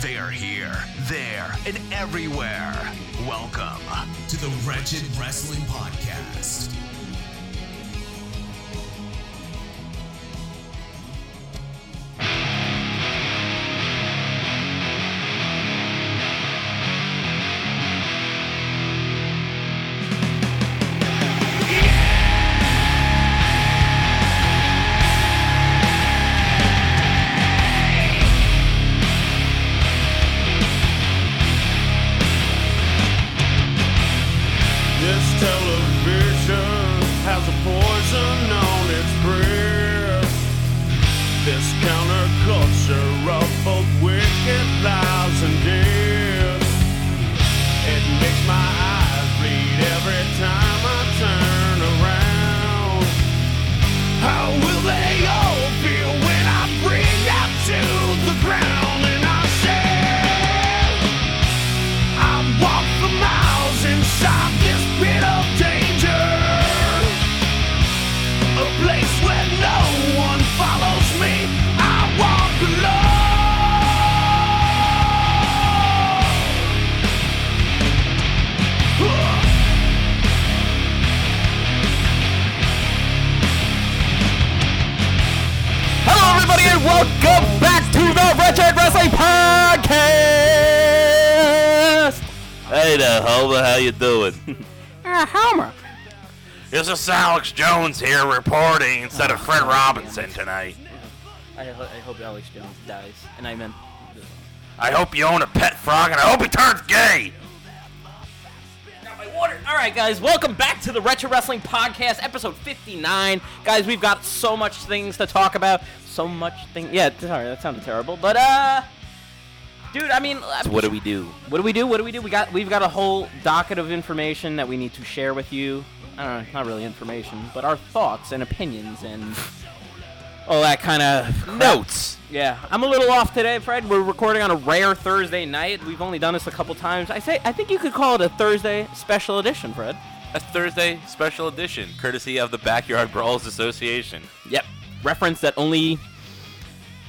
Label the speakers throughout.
Speaker 1: They are here, there, and everywhere. Welcome to the Wretched Wrestling Podcast.
Speaker 2: This television has a poison on its breath. This counterculture of both wicked lies and death. It makes my eyes bleed every time I turn around. How will they all feel when I bring up to the ground and I say? I walk for miles inside this pit of danger. A place where no one follows me. I walk alone.
Speaker 3: Hello, everybody, and welcome back to the Wretched Wrestling Podcast.
Speaker 4: Hey there, Homer. How you doing?
Speaker 3: Ah, Homer.
Speaker 4: This is Alex Jones here reporting instead of Fred Robinson tonight.
Speaker 5: I, ho- I hope Alex Jones dies, and I meant
Speaker 4: I hope you own a pet frog and I hope he turns gay.
Speaker 5: not my water. All right, guys, welcome back to the Retro Wrestling Podcast, episode 59. Guys, we've got so much things to talk about, so much thing. Yeah, sorry, that sounded terrible, but uh, dude, I mean, uh,
Speaker 4: What do we do?
Speaker 5: what do we do? What do we do? We got we've got a whole docket of information that we need to share with you. I don't know, not really information, but our thoughts and opinions and all that kind of
Speaker 4: Notes.
Speaker 5: Yeah, I'm a little off today, Fred. We're recording on a rare Thursday night. We've only done this a couple times. I say, I think you could call it a Thursday special edition, Fred.
Speaker 6: a Thursday special edition, courtesy of the Backyard Brawls Association.
Speaker 5: Yep. Reference that only,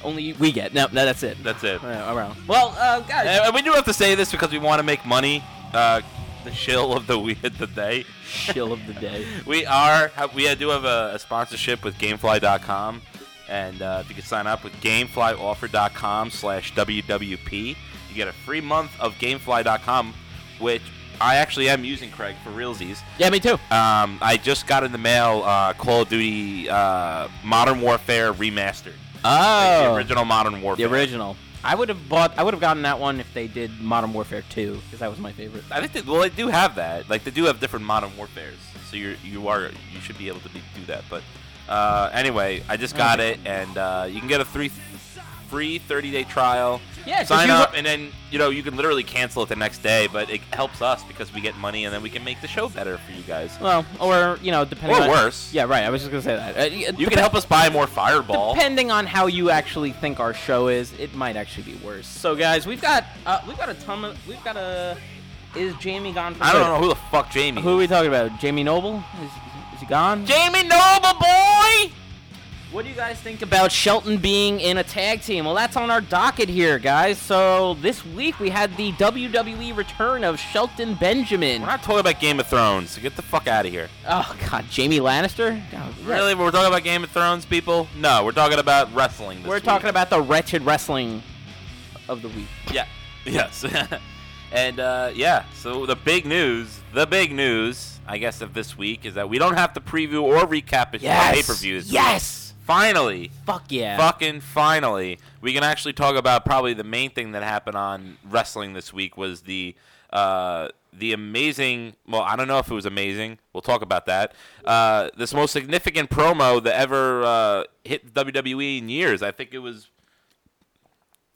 Speaker 5: only we get. No, no that's it.
Speaker 6: That's it.
Speaker 5: Yeah, around. Well, uh, guys,
Speaker 6: And we do have to say this because we want to make money. Uh, the shill of the week of the day.
Speaker 5: chill of the day.
Speaker 6: We are have, we do have a, a sponsorship with GameFly.com, and uh, if you can sign up with GameFlyOffer.com/wwp, you get a free month of GameFly.com, which I actually am using Craig for realsies.
Speaker 5: Yeah, me too.
Speaker 6: Um, I just got in the mail uh, Call of Duty uh, Modern Warfare Remastered. Like, the
Speaker 5: Oh,
Speaker 6: original Modern Warfare.
Speaker 5: the original. I would have bought. I would have gotten that one if they did Modern Warfare 2 because that was my favorite.
Speaker 6: I think they, well, they do have that. Like they do have different modern warfares, so you you are you should be able to be, do that. But uh, anyway, I just
Speaker 5: Mm.
Speaker 6: got it, and uh, you can get a three free 30 day trial.
Speaker 5: Yeah, 'cause
Speaker 6: sign
Speaker 5: you-
Speaker 6: up, and then you know you can literally cancel it the next day. But it helps us because we get money, and then we can make the show better for you guys.
Speaker 5: Well, or you know, depending.
Speaker 6: Or
Speaker 5: on,
Speaker 6: worse.
Speaker 5: Yeah, right. I was just gonna say that. Uh,
Speaker 6: You can help us buy more Fireball.
Speaker 5: Depending on how you actually think our show is, it might actually be worse. So, guys, we've got uh, we've got a ton of we've got a. Is Jamie gone? For
Speaker 6: I don't
Speaker 5: good?
Speaker 6: know who the fuck Jamie.
Speaker 5: Who are
Speaker 6: is.
Speaker 5: we talking about? Jamie Noble? Is, is he gone?
Speaker 6: Jamie Noble boy.
Speaker 5: what do you guys think about Shelton being in a tag team? Well, that's on our docket here, guys. So this week we had the WWE return of Shelton Benjamin.
Speaker 6: We're not talking about Game of Thrones. So get the fuck out of here.
Speaker 5: Oh God, Jamie Lannister? Oh, God,
Speaker 6: Really, we're talking about Game of Thrones, people? No, we're talking about wrestling. This
Speaker 5: We're
Speaker 6: week.
Speaker 5: talking about the wretched wrestling of the week.
Speaker 6: Yeah. Yes. and uh, yeah, so the big news, the big news, I guess, of this week is that we don't have to preview or recap it
Speaker 5: Yes.
Speaker 6: pay per views.
Speaker 5: Yes.
Speaker 6: Finally,
Speaker 5: Fuck yeah.
Speaker 6: fucking finally, we can actually talk about probably the main thing that happened on wrestling this week was the uh, the amazing. Well, I don't know if it was amazing. We'll talk about that. Uh, this most significant promo that E ever uh, hit WWE in years. I think it was.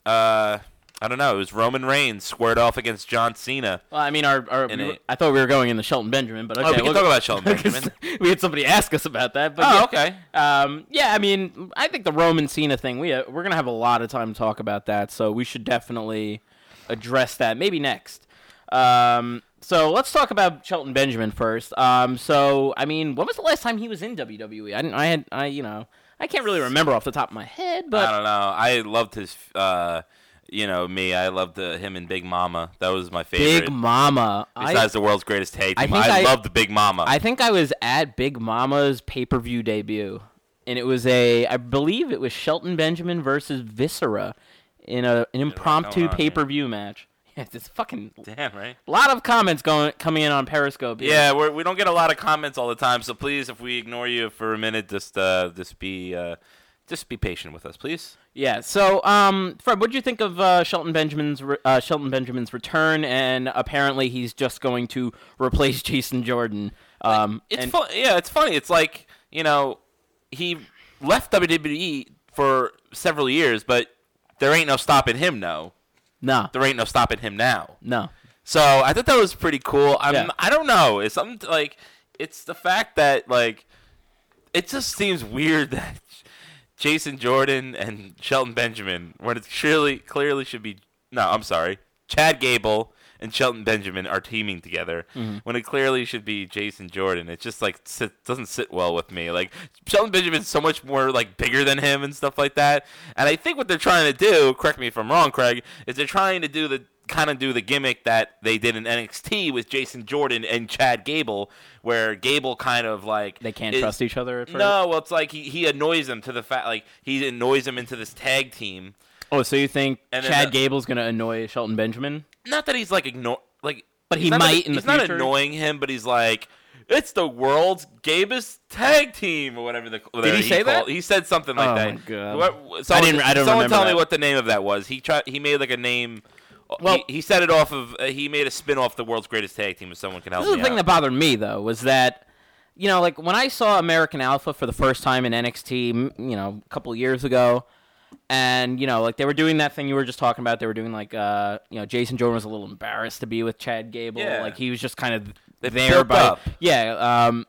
Speaker 6: Uh, I don't know. It was Roman Reigns squared off against John Cena.
Speaker 5: Well, I mean, our, our
Speaker 6: In
Speaker 5: we
Speaker 6: a-
Speaker 5: were- I thought we were going into Shelton Benjamin, but okay,
Speaker 6: Oh, we can
Speaker 5: we'll
Speaker 6: talk
Speaker 5: go-
Speaker 6: about Shelton Benjamin.
Speaker 5: we had somebody ask us about that. But
Speaker 6: Oh,
Speaker 5: yeah.
Speaker 6: okay.
Speaker 5: Um, yeah, I mean, I think the Roman Cena thing. We uh, we're gonna have a lot of time to talk about that, so we should definitely address that maybe next. Um, so let's talk about Shelton Benjamin first. Um, so I mean, when was the last time he was in WWE? I didn't, I had I you know I can't really remember off the top of my head,
Speaker 6: I
Speaker 5: but
Speaker 6: don't know. I loved his, uh, you know, me. I loved uh, him and Big Mama. That was my favorite.
Speaker 5: Big Mama. I,
Speaker 6: Besides the world's greatest tag
Speaker 5: I
Speaker 6: team,
Speaker 5: think
Speaker 6: I,
Speaker 5: I-
Speaker 6: loved Big Mama.
Speaker 5: I think I was at Big Mama's pay per view debut, and it was a I believe it was Shelton Benjamin versus Viscera in a an impromptu
Speaker 6: on here?
Speaker 5: pay per view match. Yeah, this fucking
Speaker 6: Damn right.
Speaker 5: lot of comments going coming in on Periscope. here.
Speaker 6: Yeah, we're, we don't get a lot of comments all the time, so please, if we ignore you for a minute, just uh, just be uh, just be patient with us, please.
Speaker 5: yeah. So, um, Fred, what do you think of uh, Shelton Benjamin's re- uh, Shelton Benjamin's return? And apparently, he's just going to replace Jason Jordan. Um,
Speaker 6: It's
Speaker 5: and-
Speaker 6: fun. Yeah, it's funny. It's like you know, he left WWE for several years, but there ain't no stopping him. No,
Speaker 5: no,
Speaker 6: there ain't no stopping him now.
Speaker 5: no.
Speaker 6: So I thought that was pretty cool. I'm,
Speaker 5: Yeah.
Speaker 6: I don't know. It's something like it's the fact that like it just seems weird that Jason Jordan and Shelton Benjamin, when it clearly clearly should be no, I'm sorry, Chad Gable and Shelton Benjamin are teaming together
Speaker 5: Mm-hmm.
Speaker 6: when it clearly should be Jason Jordan. It just like sit, doesn't sit well with me. Like Shelton Benjamin's so much more like bigger than him and stuff like that. And I think what they're trying to do, correct me if I'm wrong, Craig, is they're trying to do the kind of do the gimmick that they did in NXT with Jason Jordan and Chad Gable, where Gable kind of like
Speaker 5: They can't
Speaker 6: is-
Speaker 5: trust each other at first.
Speaker 6: No, well, it's like he, he annoys him to the fact like he annoys him into this tag team.
Speaker 5: Oh, so you think
Speaker 6: And then
Speaker 5: Chad
Speaker 6: the-
Speaker 5: Gable's going to annoy Shelton Benjamin?
Speaker 6: Not that he's like ignore like,
Speaker 5: But he
Speaker 6: he's not that-
Speaker 5: might in the
Speaker 6: he's not
Speaker 5: future.
Speaker 6: annoying him, but he's like. It's the world's gabest tag team, or whatever the whatever
Speaker 5: he say that?
Speaker 6: called- He said something like
Speaker 5: Oh
Speaker 6: that.
Speaker 5: my God.
Speaker 6: What, someone,
Speaker 5: didn't- I don't
Speaker 6: Someone
Speaker 5: remember
Speaker 6: tell me
Speaker 5: that.
Speaker 6: what the name of that was. He tried. He made like a name. uh,
Speaker 5: Well-
Speaker 6: he, he set it off of. Uh, he made a spin off the world's greatest tag team. If someone can help
Speaker 5: This is
Speaker 6: me
Speaker 5: the thing that
Speaker 6: out.
Speaker 5: bothered me though was that you know like when I saw American Alpha for the first time in NXT, m- you know, a couple years ago, and you know like they were doing that thing you were just talking about. They were doing like uh you know Jason Jordan was a little embarrassed to be with Chad Gable.
Speaker 6: Yeah.
Speaker 5: Like he was just kind of
Speaker 6: They
Speaker 5: there
Speaker 6: built
Speaker 5: by
Speaker 6: up.
Speaker 5: yeah. Um,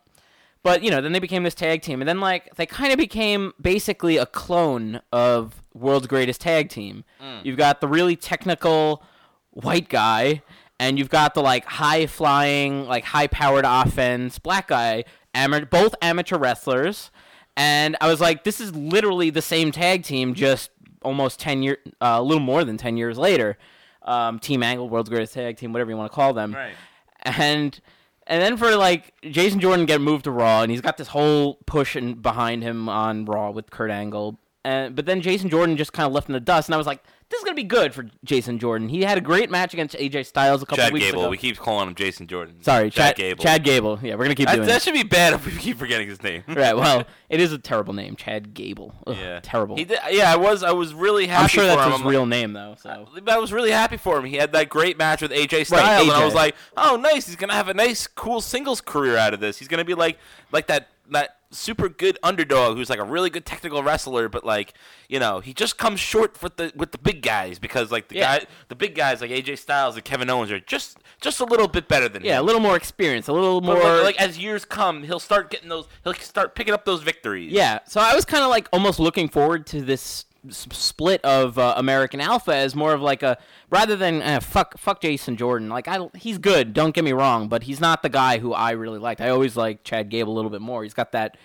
Speaker 5: but you know then they became this tag team, and then like they kind of became basically a clone of World's Greatest Tag Team.
Speaker 6: Mm.
Speaker 5: You've got the really technical white guy and you've got the like high flying like high powered offense black guy ama- both amateur wrestlers and i was like this is literally the same tag team just almost 10 year uh, a little more than 10 years later um, team angle world's greatest tag team whatever you want to call them
Speaker 6: Right.
Speaker 5: and and then for like Jason Jordan get moved to Raw, and he's got this whole push in, behind him on Raw with Kurt Angle, and but then Jason Jordan just kind of left in the dust, and I was like, this is gonna be good for Jason Jordan. He had a great match against AJ Styles a couple
Speaker 6: Chad
Speaker 5: weeks
Speaker 6: Gable.
Speaker 5: ago.
Speaker 6: We keep calling him Jason Jordan.
Speaker 5: Sorry,
Speaker 6: Chad,
Speaker 5: Chad,
Speaker 6: Gable.
Speaker 5: Chad Gable. Yeah, we're gonna keep
Speaker 6: That,
Speaker 5: doing
Speaker 6: that
Speaker 5: it.
Speaker 6: should be bad if we keep forgetting his name.
Speaker 5: right. Well, it is a terrible name, Chad Gable. Ugh,
Speaker 6: Yeah.
Speaker 5: Terrible.
Speaker 6: He did, yeah, I was I was really happy
Speaker 5: I'm sure
Speaker 6: for
Speaker 5: that's
Speaker 6: him. Uh,
Speaker 5: his
Speaker 6: I'm like-
Speaker 5: real name though. So
Speaker 6: I was really happy for him. He had that great match with AJ Styles, and I
Speaker 5: AJ.
Speaker 6: was like, "Oh, nice! He's gonna have a nice, cool singles career out of this. He's gonna be like, like that that super good underdog who's like a really good technical wrestler, but like, you know, he just comes short with the with the big guys because like the
Speaker 5: Yeah.
Speaker 6: guy, the big guys like AJ Styles and Kevin Owens are just just a little bit better than
Speaker 5: yeah, a
Speaker 6: him.
Speaker 5: little more experience, a little more
Speaker 6: But, like, like as years come, he'll start getting those. He'll start picking up those victories.
Speaker 5: Yeah, so I was kind of like almost looking forward to this s- split of uh, American Alpha as more of like a rather than eh, fuck fuck Jason Jordan. Like I he's good, don't get me wrong, but he's not the guy who I really liked. I always liked Chad Gable a little bit more. He's got that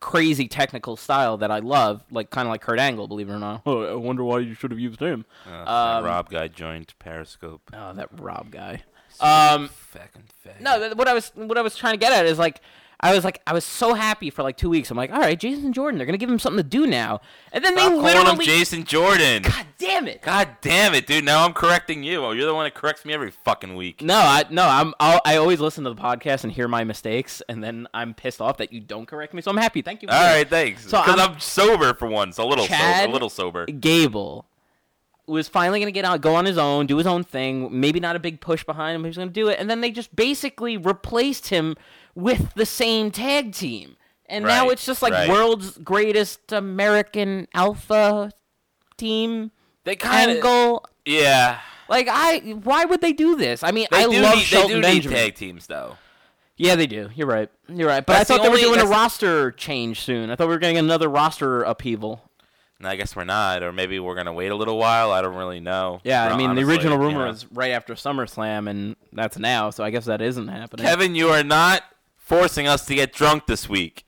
Speaker 5: crazy technical style that I love, like kind of like Kurt Angle, believe it or not. Oh, I wonder why you should have used him.
Speaker 6: Uh, Rob guy joined Periscope.
Speaker 5: Oh, that Rob guy. Um,
Speaker 6: Fucking fag.
Speaker 5: no, th- what I was what I was trying to get at is like I was like I was so happy for like two weeks. I'm like, all right, Jason Jordan, they're gonna give him something to do now, and then
Speaker 6: Stop
Speaker 5: they
Speaker 6: calling him
Speaker 5: literally
Speaker 6: Jason Jordan.
Speaker 5: God damn it!
Speaker 6: God damn it, dude. Now I'm correcting you. Oh, you're the one that corrects me every fucking week.
Speaker 5: No, I no, I'm I'll, I always listen to the podcast and hear my mistakes, and then I'm pissed off that you don't correct me. So I'm happy. Thank you. for
Speaker 6: All
Speaker 5: doing
Speaker 6: right, thanks.
Speaker 5: So
Speaker 6: Because
Speaker 5: I'm-
Speaker 6: I'm, sober for once. A little
Speaker 5: Chad-
Speaker 6: sober. A little sober.
Speaker 5: it. Gable was finally gonna get out, go on his own, do his own thing. Maybe not a big push behind him. He was gonna do it, and then they just basically replaced him with the same tag team, and now
Speaker 6: Right,
Speaker 5: it's just like
Speaker 6: right.
Speaker 5: world's greatest American alpha team
Speaker 6: They kind of.
Speaker 5: angle
Speaker 6: Yeah,
Speaker 5: Like I, why would they do this? I mean,
Speaker 6: they
Speaker 5: I
Speaker 6: do
Speaker 5: love
Speaker 6: need,
Speaker 5: Shelton
Speaker 6: they do
Speaker 5: Benjamin.
Speaker 6: need tag teams though.
Speaker 5: Yeah, they do. You're right. You're right. But
Speaker 6: That's
Speaker 5: I
Speaker 6: the
Speaker 5: thought they were
Speaker 6: only-
Speaker 5: doing a
Speaker 6: that's-
Speaker 5: roster change soon. I thought we were getting another roster upheaval.
Speaker 6: No, I guess we're not, or maybe we're gonna wait a little while. I don't really know.
Speaker 5: Yeah, I
Speaker 6: Hon-
Speaker 5: mean, the
Speaker 6: honestly,
Speaker 5: original
Speaker 6: you
Speaker 5: rumor
Speaker 6: know.
Speaker 5: is right after SummerSlam, and that's now. So I guess that isn't happening.
Speaker 6: Kevin, you are not forcing us to get drunk this week.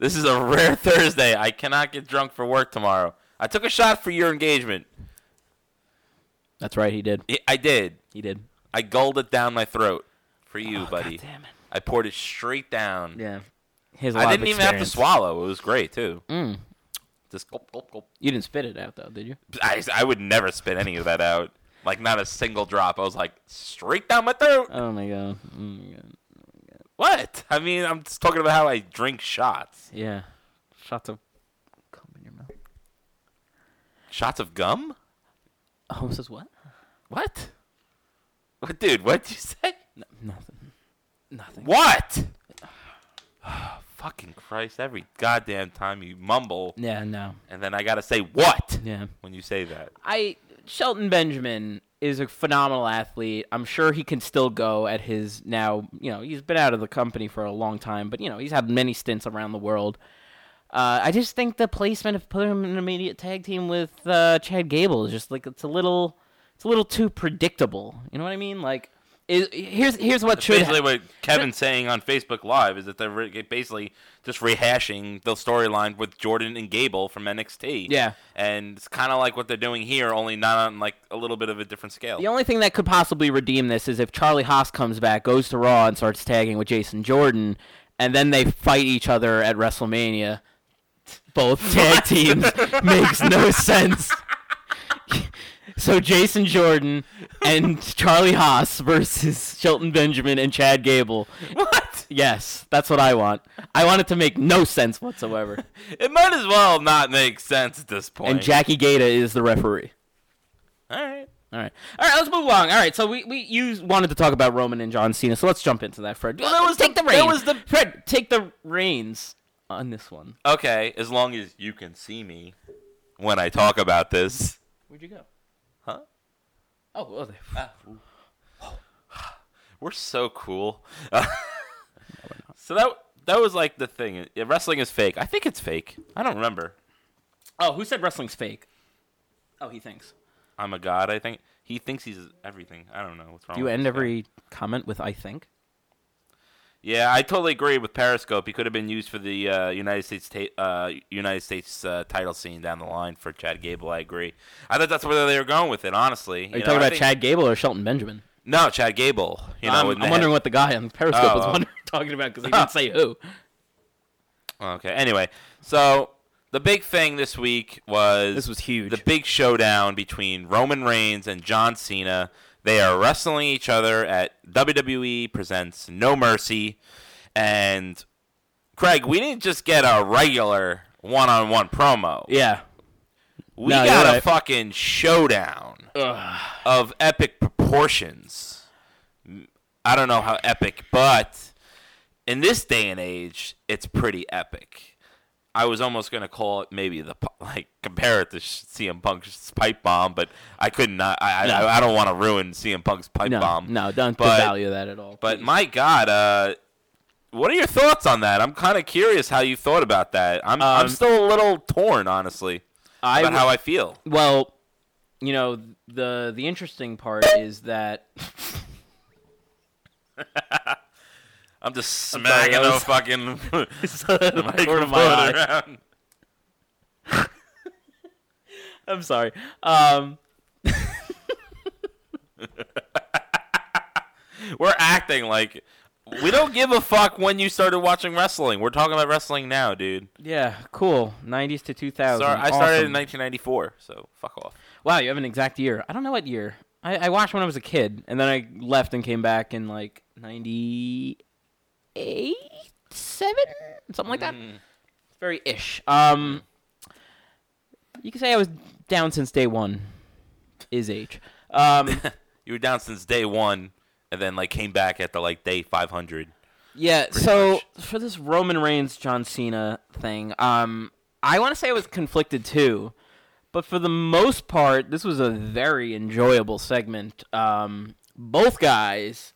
Speaker 6: this is a rare Thursday. I cannot get drunk for work tomorrow. I took a shot for your engagement.
Speaker 5: That's right. He did.
Speaker 6: I- I did.
Speaker 5: He did.
Speaker 6: I gulled it down my throat for
Speaker 5: Oh,
Speaker 6: you, buddy.
Speaker 5: God damn it.
Speaker 6: I poured it straight down.
Speaker 5: Yeah. His.
Speaker 6: I didn't even have to swallow. It was great too.
Speaker 5: Mm.
Speaker 6: Just gulp, gulp, gulp.
Speaker 5: You didn't spit it out though, did you?
Speaker 6: I, I would never spit any of that out. Like not a single drop. I was like straight down my throat.
Speaker 5: Oh my god. Oh my god.
Speaker 6: What? I mean, I'm just talking about how I drink shots.
Speaker 5: Yeah. Shots of cum in your mouth.
Speaker 6: Shots of gum?
Speaker 5: Holmes Oh, says what?
Speaker 6: What? What, dude? What'd you say?
Speaker 5: Nothing. Nothing.
Speaker 6: What? Fucking Christ! Every goddamn time you mumble,
Speaker 5: Yeah. No.
Speaker 6: and then I gotta say what
Speaker 5: Yeah.
Speaker 6: when you say that.
Speaker 5: I Shelton Benjamin is a phenomenal athlete. I'm sure he can still go at his now. You know, he's been out of the company for a long time, but you know, he's had many stints around the world. Uh, I just think the placement of putting him in an immediate tag team with uh, Chad Gable is just like it's a little, it's a little too predictable. You know what I mean? Like, is, here's here's what should
Speaker 6: basically
Speaker 5: happen.
Speaker 6: what Kevin's saying on Facebook Live is that they're re- basically just rehashing the storyline with Jordan and Gable from NXT.
Speaker 5: Yeah.
Speaker 6: and it's kind of like what they're doing here, only not on like a little bit of a different scale.
Speaker 5: The only thing that could possibly redeem this is if Charlie Haas comes back, goes to Raw, and starts tagging with Jason Jordan, and then they fight each other at WrestleMania. Both tag teams makes no sense. So Jason Jordan and Charlie Haas versus Shelton Benjamin and Chad Gable.
Speaker 6: What?
Speaker 5: Yes, that's what I want. I want it to make no sense whatsoever.
Speaker 6: It might as well not make sense at this point.
Speaker 5: And Jackie Gata is the referee.
Speaker 6: All right.
Speaker 5: All right, all right. Let's move along. All right, so we, we you wanted to talk about Roman and John Cena, so let's jump into that, Fred.
Speaker 6: that was
Speaker 5: take
Speaker 6: the-
Speaker 5: the reins.
Speaker 6: that was the-
Speaker 5: Fred take the reins on this one.
Speaker 6: Okay, as long as you can see me when I talk about this.
Speaker 5: Where'd you go?
Speaker 6: Huh? Ah.
Speaker 5: Oh, well, they-
Speaker 6: We're so cool. so that that was like the thing. Yeah, Wrestling is fake. I think it's fake. I don't remember.
Speaker 5: oh, who said wrestling's fake? Oh, he thinks.
Speaker 6: I'm a god. I think he thinks he's everything. I don't know what's wrong.
Speaker 5: Do you
Speaker 6: with
Speaker 5: end
Speaker 6: this guy.
Speaker 5: every comment with "I think"?
Speaker 6: Yeah, I totally agree with Periscope. He could have been used for the uh, United States ta- uh, United States uh, title scene down the line for Chad Gable. I agree. I thought that's where they were going with it. Honestly,
Speaker 5: Are you, talking about Chad Gable or Shelton Benjamin?
Speaker 6: No, Chad Gable. You know,
Speaker 5: I'm,
Speaker 6: when
Speaker 5: I'm
Speaker 6: they
Speaker 5: wondering
Speaker 6: had-
Speaker 5: what the guy on Periscope
Speaker 6: Oh,
Speaker 5: was
Speaker 6: oh.
Speaker 5: wondering, talking about because he didn't say who.
Speaker 6: Okay. Anyway, so the big thing this week was
Speaker 5: This was huge.
Speaker 6: The big showdown between Roman Reigns and John Cena. They are wrestling each other at WWE presents No Mercy. And Craig, we didn't just get a regular one-on-one promo.
Speaker 5: Yeah,
Speaker 6: we
Speaker 5: no,
Speaker 6: got
Speaker 5: you're
Speaker 6: a
Speaker 5: right.
Speaker 6: fucking showdown of epic proportions. I don't know how epic, but in this day and age, it's pretty epic. I was almost gonna call it maybe the pu- like compare it to sh- CM Punk's pipe bomb, but I could not. I
Speaker 5: No.
Speaker 6: I, I don't want to ruin CM Punk's pipe
Speaker 5: no,
Speaker 6: bomb.
Speaker 5: no, don't
Speaker 6: But-
Speaker 5: devalue that at all.
Speaker 6: But my God, uh, what are your thoughts on that? I'm kind of curious how you thought about that. I'm I'm
Speaker 5: Um,
Speaker 6: still a little torn, honestly,
Speaker 5: I
Speaker 6: about
Speaker 5: w-
Speaker 6: how I feel.
Speaker 5: Well, you know the the interesting part is that
Speaker 6: I'm just smacking
Speaker 5: that
Speaker 6: the
Speaker 5: was-
Speaker 6: fucking
Speaker 5: Corner of
Speaker 6: microphone
Speaker 5: my eye.
Speaker 6: around.
Speaker 5: I'm sorry. Um,
Speaker 6: We're acting like we don't give a fuck when you started watching wrestling. We're talking about wrestling now, dude.
Speaker 5: yeah, cool. 90s to 2000.
Speaker 6: Sorry, I started
Speaker 5: Awesome.
Speaker 6: in 1994, so fuck off.
Speaker 5: Wow, you have an exact year. I don't know what year. I, I watched when I was a kid, and then I left and came back in like 98, 7, something like that.
Speaker 6: Hmm.
Speaker 5: It's very ish. Um, you can say I was down since day one. Is age. Um,
Speaker 6: You were down since day one, and then like came back at the like day 500.
Speaker 5: Yeah, so for this Roman Reigns John Cena thing, um I want to say I was conflicted too But for the most part, this was a very enjoyable segment. Um, both guys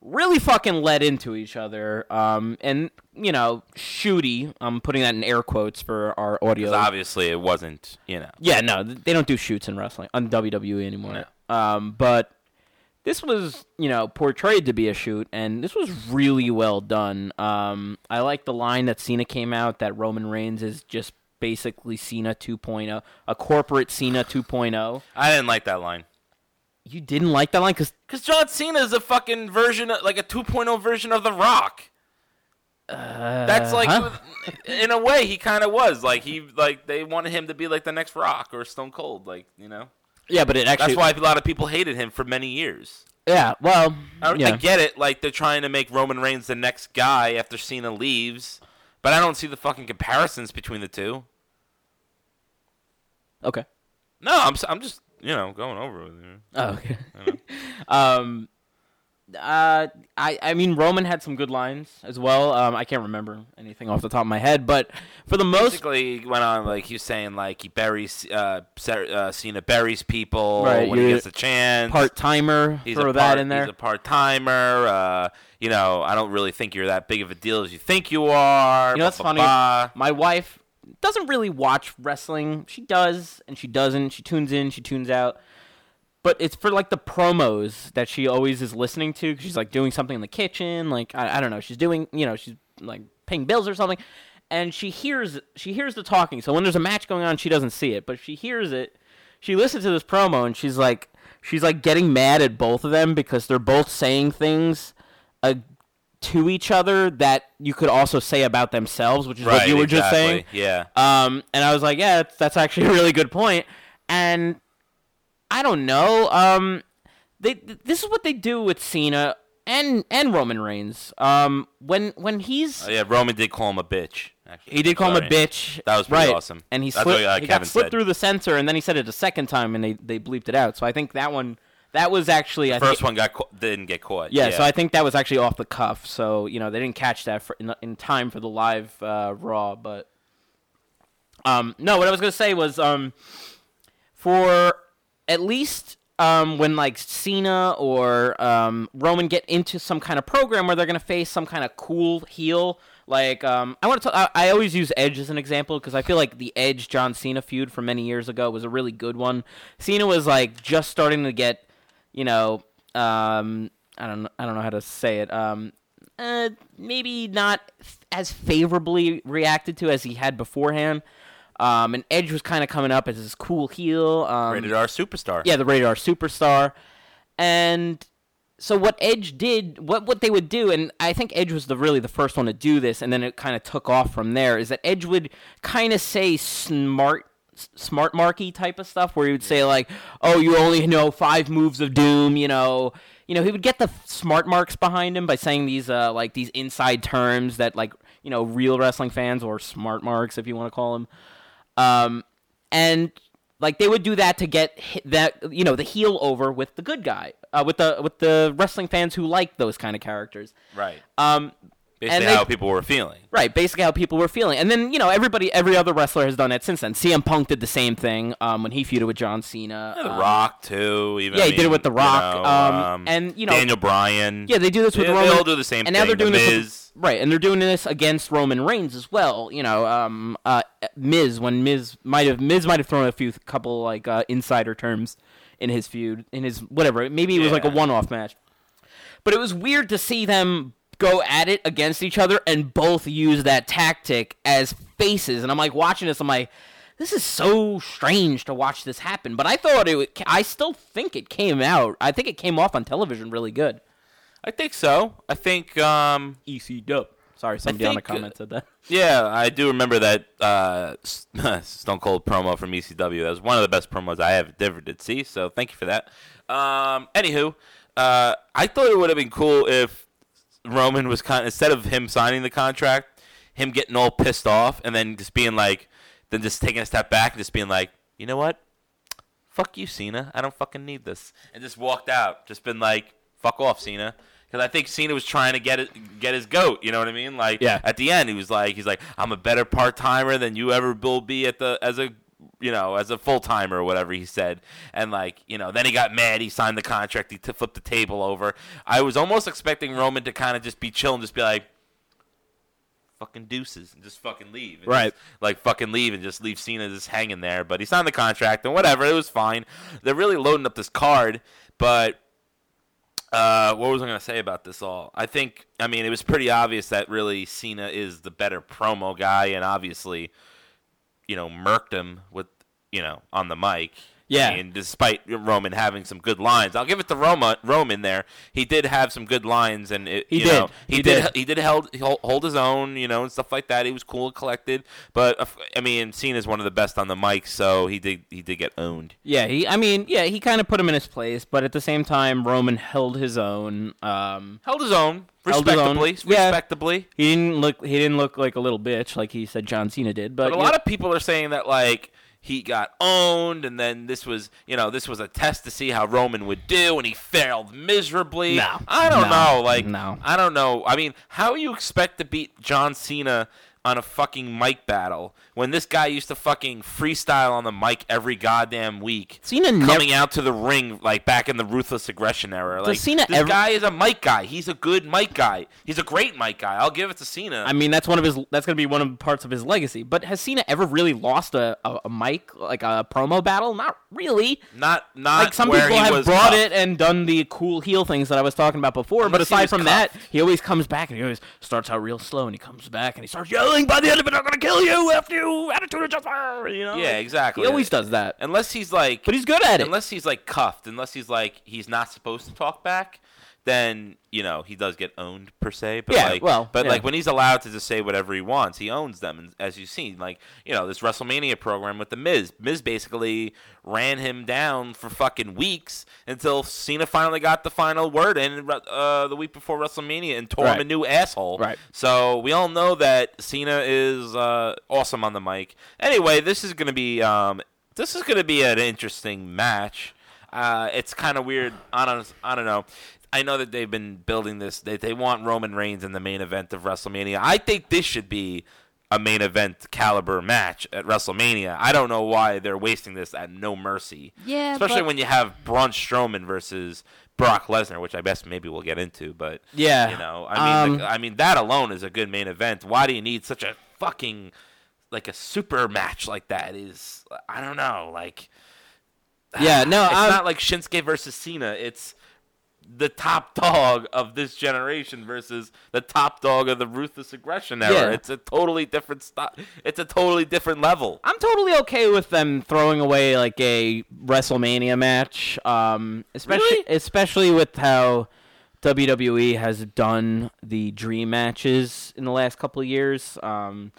Speaker 5: really fucking let into each other. Um, and, you know, shooty, I'm putting that in air quotes for our audio.
Speaker 6: Obviously, it wasn't. You know,
Speaker 5: Yeah, no, th- they don't do shoots in wrestling on WWE anymore. Um, but this was, you know, portrayed to be a shoot, and this was really well done. Um, I like the line that Cena came out that Roman Reigns is just basically Cena 2.0, a corporate Cena 2.0.
Speaker 6: I didn't like that line.
Speaker 5: You didn't like that line because
Speaker 6: Because John Cena is a fucking version, of, like a 2.0 version of The Rock. That's like,
Speaker 5: Uh, huh?
Speaker 6: in a way, he kind of was. Like he, like they wanted him to be like the next Rock or Stone Cold. Like you know,
Speaker 5: yeah, but it
Speaker 6: that's
Speaker 5: actually
Speaker 6: why a lot of people hated him for many years.
Speaker 5: yeah. Well,
Speaker 6: I,
Speaker 5: yeah.
Speaker 6: I get it. Like they're trying to make Roman Reigns the next guy after Cena leaves, but I don't see the fucking comparisons between the two.
Speaker 5: okay.
Speaker 6: No, I'm, s- I'm just you know going over with you.
Speaker 5: Oh, okay. um, uh, I I mean Roman had some good lines as well. Um, I can't remember anything off the top of my head, but for the most
Speaker 6: basically he went on like he was saying like he buries uh, Cer- uh Cena buries people
Speaker 5: Right,
Speaker 6: when he
Speaker 5: you're
Speaker 6: gets a chance.
Speaker 5: part timer,
Speaker 6: he's
Speaker 5: throw
Speaker 6: a
Speaker 5: that
Speaker 6: part,
Speaker 5: in there.
Speaker 6: He's a part timer. Uh, you know, I don't really think you're that big of a deal as you think you are.
Speaker 5: you know what's
Speaker 6: blah,
Speaker 5: funny?
Speaker 6: blah, blah.
Speaker 5: My wife doesn't really watch wrestling. She does and she doesn't. She tunes in, she tunes out. But it's for like the promos that she always is listening to. 'cause she's like doing something in the kitchen. Like I, I don't know. She's doing you know she's like paying bills or something, and she hears she hears the talking. So when there's a match going on, she doesn't see it, but if she hears it. She listens to this promo and she's like she's like getting mad at both of them because they're both saying things. Uh, to each other that you could also say about themselves, which is what
Speaker 6: Right,
Speaker 5: you were just
Speaker 6: exactly.
Speaker 5: saying.
Speaker 6: Yeah.
Speaker 5: Um, and I was like, yeah, that's, that's actually a really good point. And I don't know. Um, they th- this is what they do with Cena and and Roman Reigns. Um, when when he's
Speaker 6: Oh, yeah, Roman did call him a bitch. Actually.
Speaker 5: he did call him a
Speaker 6: Sorry.
Speaker 5: bitch.
Speaker 6: That was pretty
Speaker 5: right.
Speaker 6: awesome.
Speaker 5: And he
Speaker 6: That's
Speaker 5: slipped,
Speaker 6: what, uh,
Speaker 5: he
Speaker 6: Kevin
Speaker 5: got slipped
Speaker 6: said.
Speaker 5: through the censor, and then he said it a second time, and they, they bleeped it out. So I think that one that was actually I think
Speaker 6: First one got ca- didn't get caught.
Speaker 5: yeah, so I think that was actually off the cuff. So you know they didn't catch that for, in, in time for the live uh, Raw, but um, no, what I was gonna say was um, for at least um, when like Cena or um, Roman get into some kind of program where they're gonna face some kind of cool heel. Like um, I want to, I, I always use Edge as an example because I feel like the Edge John Cena feud from many years ago was a really good one. Cena was like just starting to get, you know, um, I don't, I don't know how to say it. Um, uh, maybe not f- as favorably reacted to as he had beforehand. Um, and Edge was kind of coming up as this cool heel. Um,
Speaker 6: rated R superstar.
Speaker 5: yeah, the radar superstar. And so what Edge did, what what they would do, and I think Edge was the really the first one to do this, and then it kind of took off from there. Is that Edge would kind of say smart. s- Smart marky type of stuff where he would say like, "Oh, you only know five moves of doom," you know, you know. He would get the f- smart marks behind him by saying these uh like these inside terms that like you know real wrestling fans or smart marks if you want to call them um, and like they would do that to get hi- that you know the heel over with the good guy, uh, with the with the wrestling fans who like those kind of characters.
Speaker 6: Right.
Speaker 5: Um,
Speaker 6: Basically,
Speaker 5: and they-
Speaker 6: how people were feeling.
Speaker 5: Right, basically how people were feeling, and then you know everybody, every other wrestler has done that since then. CM Punk did the same thing um, when he feuded with John Cena.
Speaker 6: The
Speaker 5: um,
Speaker 6: Rock too. Even
Speaker 5: yeah,
Speaker 6: I
Speaker 5: he did it
Speaker 6: mean,
Speaker 5: with The
Speaker 6: you
Speaker 5: Rock,
Speaker 6: know,
Speaker 5: um, and, you know-
Speaker 6: Daniel Bryan.
Speaker 5: Yeah, they do this with
Speaker 6: They- they
Speaker 5: Roman.
Speaker 6: all do the same
Speaker 5: and now
Speaker 6: thing.
Speaker 5: they're doing
Speaker 6: The
Speaker 5: this with-
Speaker 6: Miz.
Speaker 5: right, and they're doing this against Roman Reigns as well. You know, um, uh, Miz when Miz might have Miz might have thrown a few couple like uh, insider terms in his feud in his whatever. Maybe it was like a
Speaker 6: Yeah.
Speaker 5: one-off match, but it was weird to see them go at it against each other and both use that tactic as faces. And I'm like watching this. I'm like. This is so strange to watch this happen, but I thought it. would- I still think it came out. I think it came off on television really good.
Speaker 6: I think so. I think um,
Speaker 5: EC Dub. E Sorry, somebody on the
Speaker 6: think, uh,
Speaker 5: comment said that.
Speaker 6: Yeah, I do remember that uh, S- Stone Cold promo from ECW. That was one of the best promos I have ever did see. So thank you for that. Um, anywho, uh, I thought it would have been cool if Roman was kind instead of him signing the contract, him getting all pissed off and then just being like, then just taking a step back and just being like, you know what? Fuck you, Cena. I don't fucking need this, and just walked out. Just been like, fuck off, Cena. Because I think Cena was trying to get it, get his goat. You know what I mean? Like,
Speaker 5: Yeah.
Speaker 6: at the end, he was like, he's like, I'm a better part timer than you ever will be at the as a you know, as a full timer or whatever he said. And like, you know, then he got mad. He signed the contract. He t- flipped the table over. I was almost expecting Roman to kind of just be chill and just be like, fucking deuces and just fucking leave. And
Speaker 5: Right.
Speaker 6: just, like fucking leave and just leave Cena just hanging there. But he signed the contract and whatever. It was fine. They're really loading up this card, but. Uh, what was I gonna say about this all? I think I mean it was pretty obvious that really Cena is the better promo guy, and obviously, you know, murked him with you know on the mic.
Speaker 5: Yeah.
Speaker 6: And despite Roman having some good lines, I'll give it to Roma Roman there. He did have some good lines, and it,
Speaker 5: He
Speaker 6: you
Speaker 5: did.
Speaker 6: know, he,
Speaker 5: He
Speaker 6: did.
Speaker 5: did.
Speaker 6: He did held he hol- hold his own, you know, and stuff like that. He was cool and collected. But uh, f- I mean, Cena's one of the best on the mic, so he did he did get owned.
Speaker 5: Yeah, he. I mean, yeah, he kind of put him in his place, but at the same time, Roman held his own. Um,
Speaker 6: Held his own
Speaker 5: Held his own.
Speaker 6: respectably.
Speaker 5: Yeah.
Speaker 6: Respectably.
Speaker 5: he didn't look. He didn't look like a little bitch, like he said John Cena did. But,
Speaker 6: But a lot of people are saying that like he got owned, and then this was you know this was a test to see how Roman would do, and he failed miserably.
Speaker 5: No.
Speaker 6: I don't
Speaker 5: No.
Speaker 6: know. Like
Speaker 5: No.
Speaker 6: I don't know. I mean, how you expect to beat John Cena? On a fucking mic battle, when this guy used to fucking freestyle on the mic every goddamn week,
Speaker 5: Cena nev-
Speaker 6: coming out to the ring like back in the ruthless aggression era. Like
Speaker 5: Cena
Speaker 6: this
Speaker 5: ever-
Speaker 6: guy is a mic guy. He's a good mic guy. He's a great mic guy. I'll give it to Cena.
Speaker 5: I mean, that's one of his. That's gonna be one of the parts of his legacy. But has Cena ever really lost a, a, a mic like a promo battle? Not really.
Speaker 6: not not
Speaker 5: Like some
Speaker 6: Uh, where
Speaker 5: people
Speaker 6: he
Speaker 5: have
Speaker 6: was
Speaker 5: brought
Speaker 6: tough.
Speaker 5: it and done the cool heel things that I was talking about before. but
Speaker 6: Unless he
Speaker 5: aside
Speaker 6: was
Speaker 5: from that, he always comes back and he always starts out real slow and he comes back and he starts yelling by the end of it, "I'm gonna kill you after you attitude adjustment." You know?
Speaker 6: Yeah,
Speaker 5: Like,
Speaker 6: exactly.
Speaker 5: Oh, He always does that.
Speaker 6: Unless he's like,
Speaker 5: But he's good at it.
Speaker 6: Unless he's like cuffed, unless he's like he's not supposed to talk back, then you know he does get owned per se. But
Speaker 5: Yeah,
Speaker 6: like,
Speaker 5: well,
Speaker 6: but
Speaker 5: yeah.
Speaker 6: like when he's allowed to just say whatever he wants, he owns them. And as you've seen, like you know this WrestleMania program with the Miz, Miz basically ran him down for fucking weeks until Cena finally got the final word in uh, the week before WrestleMania and tore him
Speaker 5: Right.
Speaker 6: a new asshole.
Speaker 5: Right.
Speaker 6: So we all know that Cena is uh, awesome on the mic. Anyway, this is gonna be um, this is gonna be an interesting match. Uh, it's kind of weird. I don't. I don't know. I know that they've been building this. They they want Roman Reigns in the main event of WrestleMania. I think this should be a main event caliber match at WrestleMania. I don't know why they're wasting this at No Mercy.
Speaker 7: Yeah,
Speaker 6: Especially
Speaker 7: but-
Speaker 6: when you have Braun Strowman versus Brock Lesnar, which I guess maybe we'll get into, but
Speaker 5: Yeah.
Speaker 6: you know, I mean,
Speaker 5: Um,
Speaker 6: the- I mean that alone is a good main event. Why do you need such a fucking like a super match like that? Is I don't know. Like
Speaker 5: Yeah, no,
Speaker 6: it's
Speaker 5: I'm,
Speaker 6: not like Shinsuke versus Cena. It's the top dog of this generation versus the top dog of the ruthless aggression era.
Speaker 5: Yeah.
Speaker 6: It's a totally different stop. It's a totally different level.
Speaker 5: I'm totally okay with them throwing away like a WrestleMania match, um, especially
Speaker 6: Really?
Speaker 5: especially with how WWE has done the dream matches in the last couple of years. Um,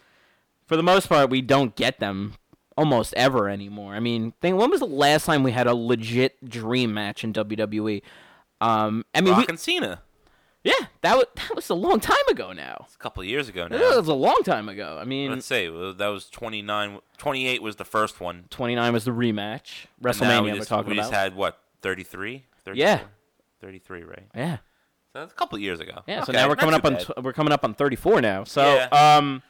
Speaker 5: for the most part, we don't get them almost ever anymore. I mean, think when was the last time we had a legit dream match in WWE? Um, I mean, we,
Speaker 6: Rock and Cena.
Speaker 5: yeah, that was that was a long time ago now.
Speaker 6: It's a couple of years ago now.
Speaker 5: That was a long time ago. I mean,
Speaker 6: Let's say well, that was 29 28 was the first one.
Speaker 5: 29 was the rematch.
Speaker 6: And now
Speaker 5: WrestleMania
Speaker 6: we
Speaker 5: we're
Speaker 6: just,
Speaker 5: talking
Speaker 6: we
Speaker 5: about.
Speaker 6: just had what 33?
Speaker 5: Yeah.
Speaker 6: 33, right?
Speaker 5: Yeah,
Speaker 6: So that's a couple of years ago.
Speaker 5: yeah. so
Speaker 6: Okay,
Speaker 5: now we're
Speaker 6: not
Speaker 5: coming
Speaker 6: too
Speaker 5: up on
Speaker 6: bad.
Speaker 5: tw- we're coming up on 34 now. So,
Speaker 6: Yeah.
Speaker 5: um,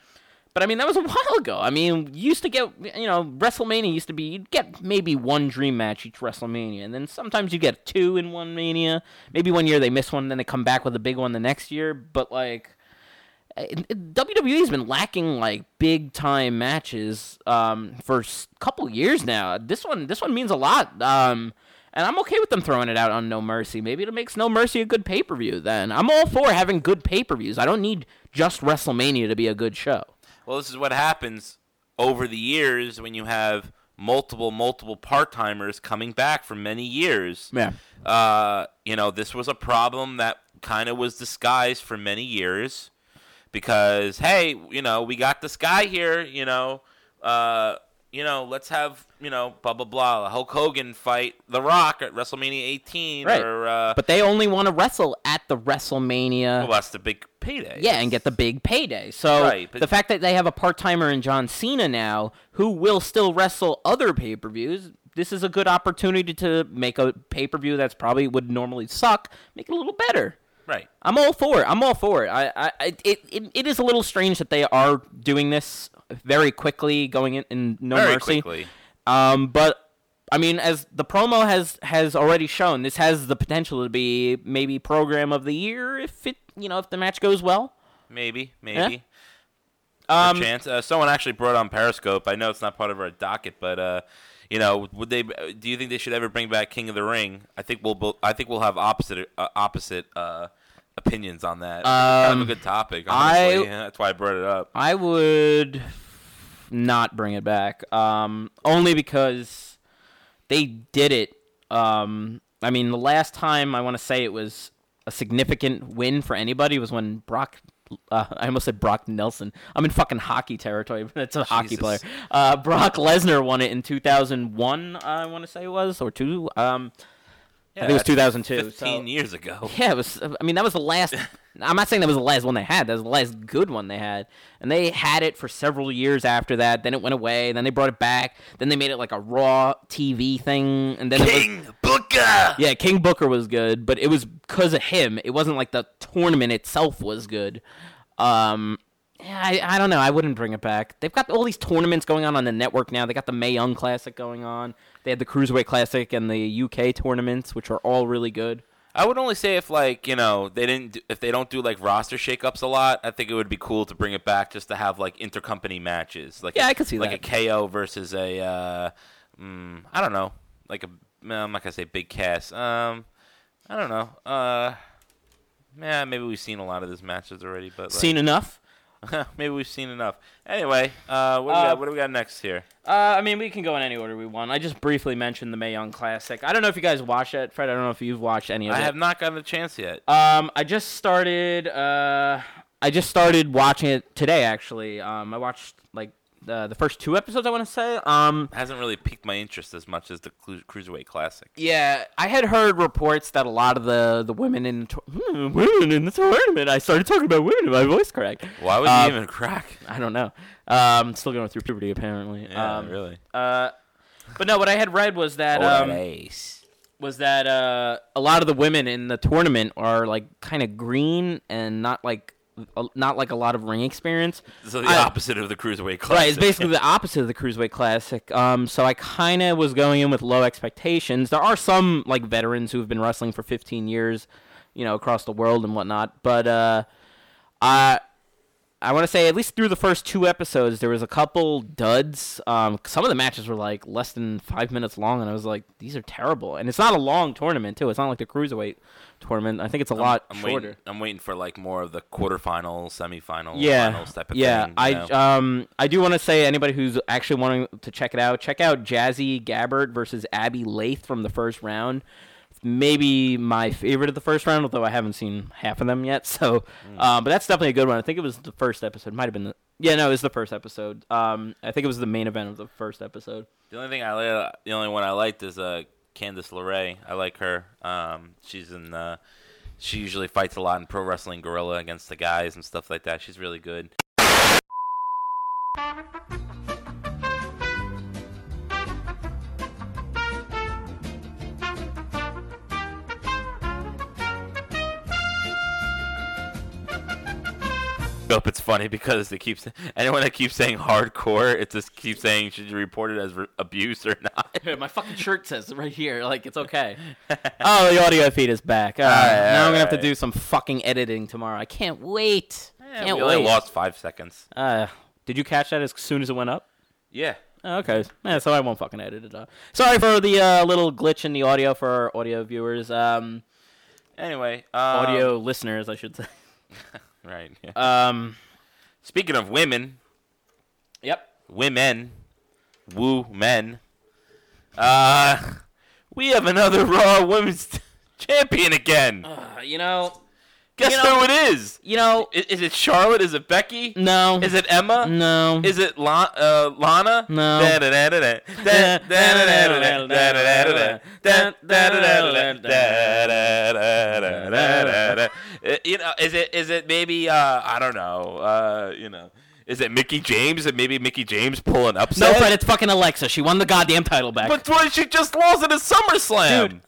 Speaker 5: but I mean that was a while ago. I mean, you used to get you know WrestleMania used to be you'd get maybe one dream match each WrestleMania, and then sometimes you get two in one Mania. Maybe one year they miss one, then they come back with a big one the next year. But like. WWE has been lacking like big time matches um, for a couple years now. This one, this one means a lot, um, and I'm okay with them throwing it out on No Mercy. Maybe it makes No Mercy a good pay per view. Then I'm all for having good pay per views. I don't need just WrestleMania to be a good show.
Speaker 6: Well, this is what happens over the years when you have multiple, multiple part timers coming back for many years.
Speaker 5: Yeah.
Speaker 6: Uh, you know, this was a problem that kind of was disguised for many years because, hey, you know, we got this guy here, you know, uh, you know, let's have, you know, blah, blah, blah, Hulk Hogan fight The Rock at WrestleMania 18
Speaker 5: Right.
Speaker 6: or. Uh,
Speaker 5: But they only want to wrestle at the WrestleMania.
Speaker 6: well, that's the big payday.
Speaker 5: Uh, Yeah, and get the big payday. So
Speaker 6: Right, but-
Speaker 5: the fact that they have a part timer in John Cena now, who will still wrestle other pay per views, this is a good opportunity to make a pay per view that's probably would normally suck, make it a little better.
Speaker 6: Right.
Speaker 5: I'm all for it. I'm all for it. I, I, I it, it, it is a little strange that they are doing this very quickly, going in, in no
Speaker 6: Very
Speaker 5: mercy.
Speaker 6: quickly.
Speaker 5: Um, but I mean, as the promo has has already shown, this has the potential to be maybe program of the year if it you know if the match goes well.
Speaker 6: Maybe, maybe. Um, chance. Uh, someone actually brought on Periscope. I know it's not part of our docket, but uh, you know, would they? Do you think they should ever bring back King of the Ring? I think we'll. bo- I think we'll have opposite uh, opposite uh, opinions on that. It's kind of a good topic.
Speaker 5: Um, I-
Speaker 6: Honestly. That's why I brought it up.
Speaker 5: I would not bring it back. Um, only because they did it. Um, I mean, the last time I want to say it was a significant win for anybody was when Brock. Uh, I almost said Brock Nelson. I'm in fucking hockey territory, but it's a hockey
Speaker 6: Jesus.
Speaker 5: player. Uh, Brock Lesnar won it in 2001. I want to say it was or two. Um, I think it was
Speaker 6: that's
Speaker 5: 2002.
Speaker 6: Fifteen
Speaker 5: so-
Speaker 6: years ago.
Speaker 5: yeah, it was. I mean, that was the last. I'm not saying that was the last one they had. That was the last good one they had, and they had it for several years after that. Then it went away. Then they brought it back. Then they made it like a Raw TV thing, and then It was,
Speaker 4: King Booker.
Speaker 5: yeah, King Booker was good, but it was because of him. It wasn't like the tournament itself was good. Um, yeah, I, I don't know. I wouldn't bring it back. They've got all these tournaments going on on the network now. They got the Mae Young Classic going on. They had the Cruiserweight Classic and the UK tournaments, which are all really good.
Speaker 6: I would only say if like you know they didn't do, if they don't do like roster shakeups a lot. I think it would be cool to bring it back just to have like intercompany matches. Like
Speaker 5: Yeah,
Speaker 6: I
Speaker 5: I could see
Speaker 6: like
Speaker 5: that.
Speaker 6: a KO versus a uh, mm, I don't know like a no, I'm not gonna say big cast. Um, I don't know. Uh, yeah, maybe we've seen a lot of these matches already, but like,
Speaker 5: Seen enough.
Speaker 6: maybe we've seen enough. Anyway, uh, what, do we
Speaker 5: Uh,
Speaker 6: got, what do we got next here?
Speaker 5: Uh, I mean, we can go in any order we want. I just briefly mentioned the Mae Young Classic. I don't know if you guys watched it, Fred. I don't know if you've watched any of
Speaker 6: I
Speaker 5: it.
Speaker 6: have not gotten a chance yet.
Speaker 5: Um, I just started. Uh, I just started watching it today. Actually, um, I watched like the the first two episodes. I want to say. Um,
Speaker 6: hasn't really piqued my interest as much as the Cru- Cruiserweight Classic.
Speaker 5: yeah, I had heard reports that a lot of the the women in the tour- Hmm, women in the tournament. I started talking about women. in My voice cracked.
Speaker 6: Why would
Speaker 5: Uh,
Speaker 6: you even crack?
Speaker 5: I don't know. Um, still going through puberty apparently.
Speaker 6: Yeah,
Speaker 5: um,
Speaker 6: really.
Speaker 5: Uh, but no, what I had read was that um, was that uh, a lot of the women in the tournament are like kind of green and not like uh, not like a lot of ring experience.
Speaker 6: So the
Speaker 5: I-
Speaker 6: opposite of the cruiserweight class.
Speaker 5: Right, it's basically the opposite of the Cruiserweight Classic. Um, so I kind of was going in with low expectations. There are some like veterans who've been wrestling for 15 years, you know, across the world and whatnot. But uh, I I want to say at least through the first two episodes, there was a couple duds. Um, some of the matches were like less than five minutes long, and I was like, these are terrible. And it's not a long tournament too. It's not like the Cruiserweight tournament. I think it's a lot
Speaker 6: I'm
Speaker 5: shorter.
Speaker 6: waiting, I'm waiting for like more of the quarterfinal, semifinal,
Speaker 5: yeah,
Speaker 6: finals type of
Speaker 5: yeah.
Speaker 6: thing. you
Speaker 5: I
Speaker 6: know?
Speaker 5: um I do want to say anybody who's actually wanting to check it out, check out Jazzy Gabbard versus Abby Lath from the first round. Maybe my favorite of the first round, although I haven't seen half of them yet. So,
Speaker 6: Hmm.
Speaker 5: uh, but that's definitely a good one. I think it was the first episode. Might have been the yeah, no, it was the first episode. Um, I think it was the main event of the first episode.
Speaker 6: the only thing I li- the only one I liked is uh Candice LeRae. I like her. Um, she's in uh, she usually fights a lot in pro wrestling gorilla against the guys and stuff like that. She's really good. Nope, it's funny because they keep anyone that keeps saying hardcore, it just keeps saying should you report it as re- abuse or not.
Speaker 5: my fucking shirt says right here, like it's okay. oh, the audio feed is back. All right, now I'm gonna have to
Speaker 6: alright.
Speaker 5: do some fucking editing tomorrow. I can't wait.
Speaker 6: Yeah,
Speaker 5: can't
Speaker 6: we
Speaker 5: wait.
Speaker 6: only lost five seconds.
Speaker 5: Uh, did you catch that as soon as it went up?
Speaker 6: Yeah.
Speaker 5: Oh, Okay, yeah, so I won't fucking edit it up. Sorry for the uh, little glitch in the audio for our audio viewers, um,
Speaker 6: Anyway, um,
Speaker 5: audio listeners, I should say.
Speaker 6: Right. yeah.
Speaker 5: Um,
Speaker 6: Speaking of women,
Speaker 5: yep.
Speaker 6: women, woo men. Uh, we have another Raw Women's Champion again.
Speaker 5: Uh, you know,
Speaker 6: Guess
Speaker 5: you know-
Speaker 6: who it is?
Speaker 5: you know,
Speaker 6: I- Is, it Charlotte? Is it Becky?
Speaker 5: no,
Speaker 6: Is it Emma?
Speaker 5: no,
Speaker 6: Is it La- uh, Lana?
Speaker 5: No.
Speaker 6: Da-da-da-da-da. Da-da-da-da-da. Da-da-da-da-da-da-da-da-da-da-da-da-da. Uh, You know, is it is it maybe uh, I don't know, uh, you know, is it Mickey James? Is it maybe Mickey James pulling up?
Speaker 5: no, Fred, it's fucking Alexa. She won the goddamn title back.
Speaker 6: But what, she just lost it at SummerSlam.
Speaker 5: Dude,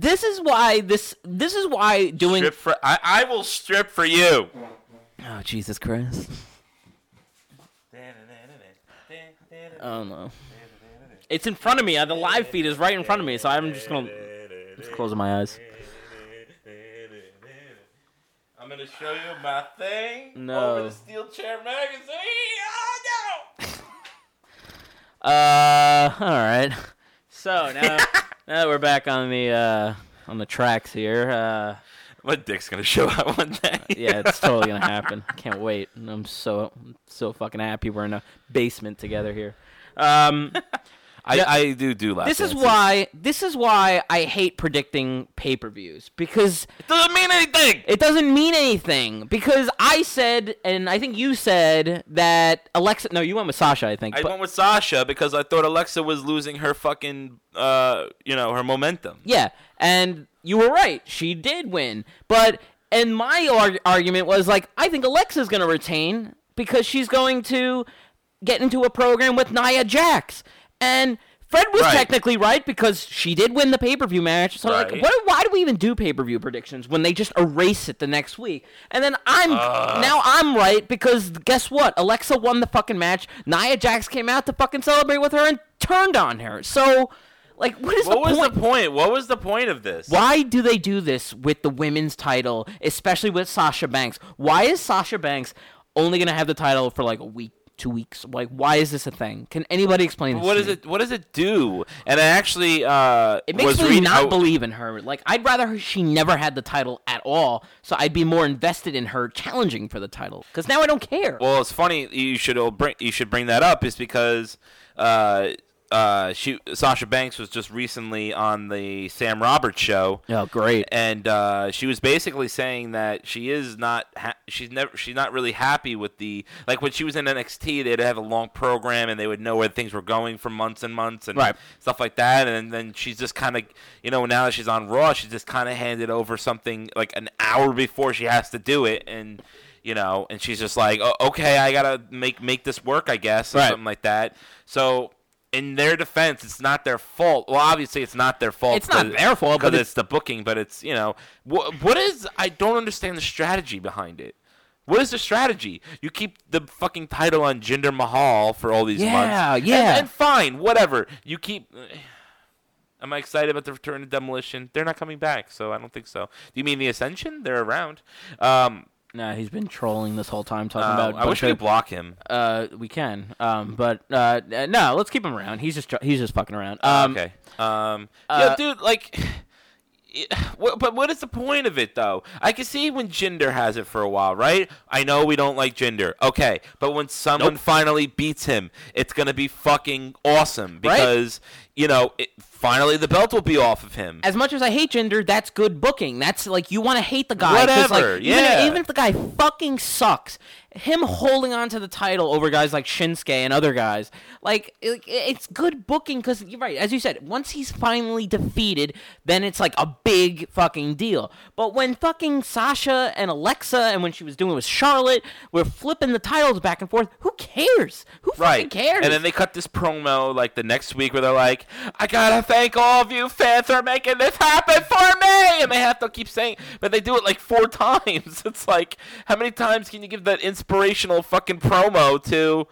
Speaker 5: this is why this this is why doing.
Speaker 6: Strip for, I, I will strip for you.
Speaker 5: Oh Jesus Christ! Oh no. It's in front of me. uh, The live feed is right in front of me, so I'm just gonna just closing my eyes.
Speaker 6: I'm gonna show you my thing
Speaker 5: No.
Speaker 6: over the steel chair magazine. Oh no!
Speaker 5: Uh, all right. So now, now that we're back on the uh, on the tracks here. Uh,
Speaker 6: My dick's gonna show out one day.
Speaker 5: yeah, it's totally gonna happen. I can't wait. And I'm so so fucking happy we're in a basement together here. Um,
Speaker 6: I, I do do laugh.
Speaker 5: this is
Speaker 6: dances.
Speaker 5: why this is why I hate predicting pay per views because
Speaker 6: doesn't mean anything.
Speaker 5: it doesn't mean anything. Because I said, and I think you said that Alexa. No, you went with Sasha, I think.
Speaker 6: I
Speaker 5: but-
Speaker 6: went with Sasha because I thought Alexa was losing her fucking, uh, you know, her momentum.
Speaker 5: Yeah, and you were right. She did win. But and my arg- argument was like I think Alexa's going to retain because she's going to get into a program with Nia Jax. And Fred was
Speaker 6: Right.
Speaker 5: technically right because she did win the pay-per-view match. So like
Speaker 6: Right.
Speaker 5: what why do we even do pay-per-view predictions when they just erase it the next week? And then I'm now I'm right because guess what? Alexa won the fucking match. Nia Jax came out to fucking celebrate with her and turned on her. So like what is
Speaker 6: What
Speaker 5: the
Speaker 6: was
Speaker 5: point?
Speaker 6: the point? What was the point of this?
Speaker 5: Why do they do this with the women's title, especially with Sasha Banks? Why is Sasha Banks only going to have the title for like a week, two weeks? Like, why is this a thing? Can anybody explain this?
Speaker 6: What
Speaker 5: to
Speaker 6: is
Speaker 5: me?
Speaker 6: it? What does it do? And I actually uh,
Speaker 5: It makes
Speaker 6: was
Speaker 5: me
Speaker 6: reading-
Speaker 5: not
Speaker 6: I-
Speaker 5: believe in her. Like, I'd rather her, she never had the title at all, so I'd be more invested in her challenging for the title. Because now I don't care.
Speaker 6: Well, it's funny you should all bring you should bring that up is because uh, uh, she Sasha Banks was just recently on the Sam Roberts show.
Speaker 5: oh, great.
Speaker 6: and uh, she was basically saying that she is not ha- she's never she's not really happy with the like when she was in NXT they'd have a long program and they would know where things were going for months and months and
Speaker 5: Right.
Speaker 6: stuff like that and then she's just kind of you know now that she's on Raw she's just kind of handed over something like an hour before she has to do it and you know and she's just like oh, okay I gotta make make this work I guess or
Speaker 5: Right.
Speaker 6: something like that so. In their defense, it's not their fault. Well, obviously, it's not their fault.
Speaker 5: It's not
Speaker 6: 'cause-
Speaker 5: their fault, but
Speaker 6: 'cause
Speaker 5: it's-
Speaker 6: it's the booking, but it's you know wh- what is I don't understand the strategy behind it. What is the strategy? You keep the fucking title on Jinder Mahal for all these months.
Speaker 5: Yeah,
Speaker 6: And-
Speaker 5: yeah.
Speaker 6: And, fine, whatever. You keep. Am I excited about the return of Demolition? They're not coming back, so I don't think so. Do you mean the Ascension? They're around. Um,
Speaker 5: Nah, he's been trolling this whole time
Speaker 6: uh,
Speaker 5: talking about.
Speaker 6: I wish we
Speaker 5: bunch
Speaker 6: could
Speaker 5: of-
Speaker 6: block him.
Speaker 5: uh, we can. Um, but uh, uh, no, let's keep him around. He's just he's just fucking around. Um,
Speaker 6: Uh, okay. Um,
Speaker 5: uh,
Speaker 6: yeah, dude, like, what, but what is the point of it though? I can see when Jinder has it for a while, right? I know we don't like Jinder, okay, but when someone finally beats him, it's gonna be fucking awesome because you know it, finally the belt will be off of him.
Speaker 5: as much as I hate gender, that's good booking. That's like you want to hate the guy. 'cause,
Speaker 6: Whatever,
Speaker 5: Like, Even,
Speaker 6: yeah.
Speaker 5: even if the guy fucking sucks, him holding on to the title over guys like Shinsuke and other guys, like it, it's good booking because you're right. As you said, once he's finally defeated, then it's like a big fucking deal. But when fucking Sasha and Alexa and when she was doing it with Charlotte, we're flipping the titles back and forth. Who cares? Who fucking
Speaker 6: Right.
Speaker 5: cares?
Speaker 6: And then they cut this promo like the next week where they're like, I gotta thank all of you fans for making this happen for me. And they have to keep saying, but they do it like four times. It's like, how many times can you give that inspirational fucking promo to,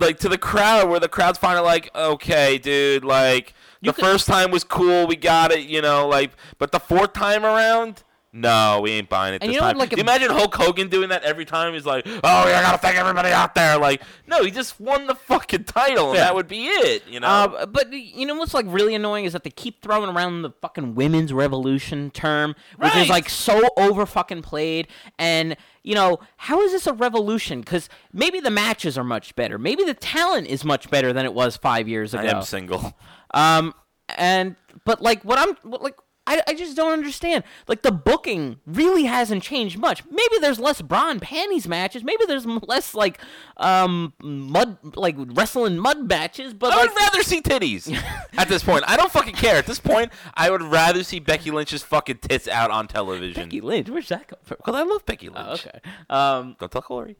Speaker 6: like, to the crowd where the crowd's finally like, okay, dude, like, the
Speaker 5: could-
Speaker 6: first time was cool, we got it, you know, like, but the fourth time around. No, we ain't buying it
Speaker 5: And
Speaker 6: this
Speaker 5: you know what,
Speaker 6: time.
Speaker 5: like,
Speaker 6: Do you
Speaker 5: a-
Speaker 6: imagine Hulk Hogan doing that every time? He's like, "Oh, yeah, I gotta thank everybody out there." Like, no, he just won the fucking title, and
Speaker 5: Yeah.
Speaker 6: that would be it. You know,
Speaker 5: Uh, but you know what's like really annoying is that they keep throwing around the fucking women's revolution term, which is
Speaker 6: Right.
Speaker 5: like so over fucking played. And you know how is this a revolution? Because maybe the matches are much better, maybe the talent is much better than it was five years ago.
Speaker 6: I am single.
Speaker 5: Um, and but like what I'm what, like. I, I just don't understand. Like the booking really hasn't changed much. Maybe there's less bra and panties matches. Maybe there's m- less like um mud like wrestling mud matches. But
Speaker 6: I
Speaker 5: like,
Speaker 6: would rather see titties at this point. I don't fucking care. At this point, I would rather see Becky Lynch's fucking tits out on television.
Speaker 5: Becky Lynch. Where's that come from?
Speaker 6: Because I love Becky Lynch.
Speaker 5: Okay. Um,
Speaker 6: Don't tell Corey.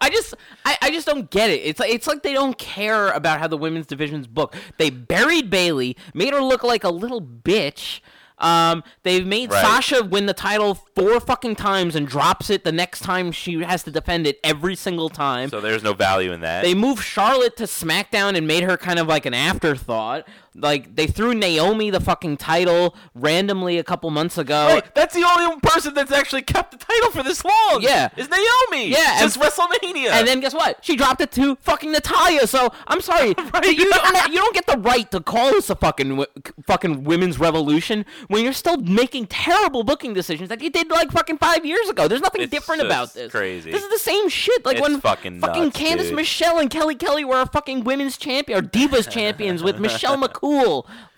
Speaker 5: I just, I, I just don't get it. It's like, it's like they don't care about how the women's division's booked. They buried Bailey, made her look like a little bitch. Um, they've made
Speaker 6: Right.
Speaker 5: Sasha win the title four fucking times and drops it the next time she has to defend it every single time.
Speaker 6: So there's no value in that.
Speaker 5: They moved Charlotte to SmackDown and made her kind of like an afterthought. Like they threw Naomi the fucking title randomly a couple months ago.
Speaker 6: Oh,
Speaker 3: Hey, that's the only person that's actually kept the title for this long.
Speaker 5: Yeah.
Speaker 3: is Naomi.
Speaker 5: Yeah,
Speaker 3: since
Speaker 5: and-
Speaker 3: WrestleMania.
Speaker 5: And then guess what? She dropped it to fucking Natalia. So I'm sorry, you don't ha- you don't get the right to call this a fucking w- fucking women's revolution when you're still making terrible booking decisions that you did like fucking five years ago. There's nothing
Speaker 6: It's
Speaker 5: different
Speaker 6: just
Speaker 5: about this.
Speaker 6: crazy.
Speaker 5: This is the same shit. Like
Speaker 6: It's
Speaker 5: when
Speaker 6: fucking nuts,
Speaker 5: Candice
Speaker 6: dude.
Speaker 5: Michelle and Kelly Kelly were fucking women's champion or divas champions with Michelle McCool.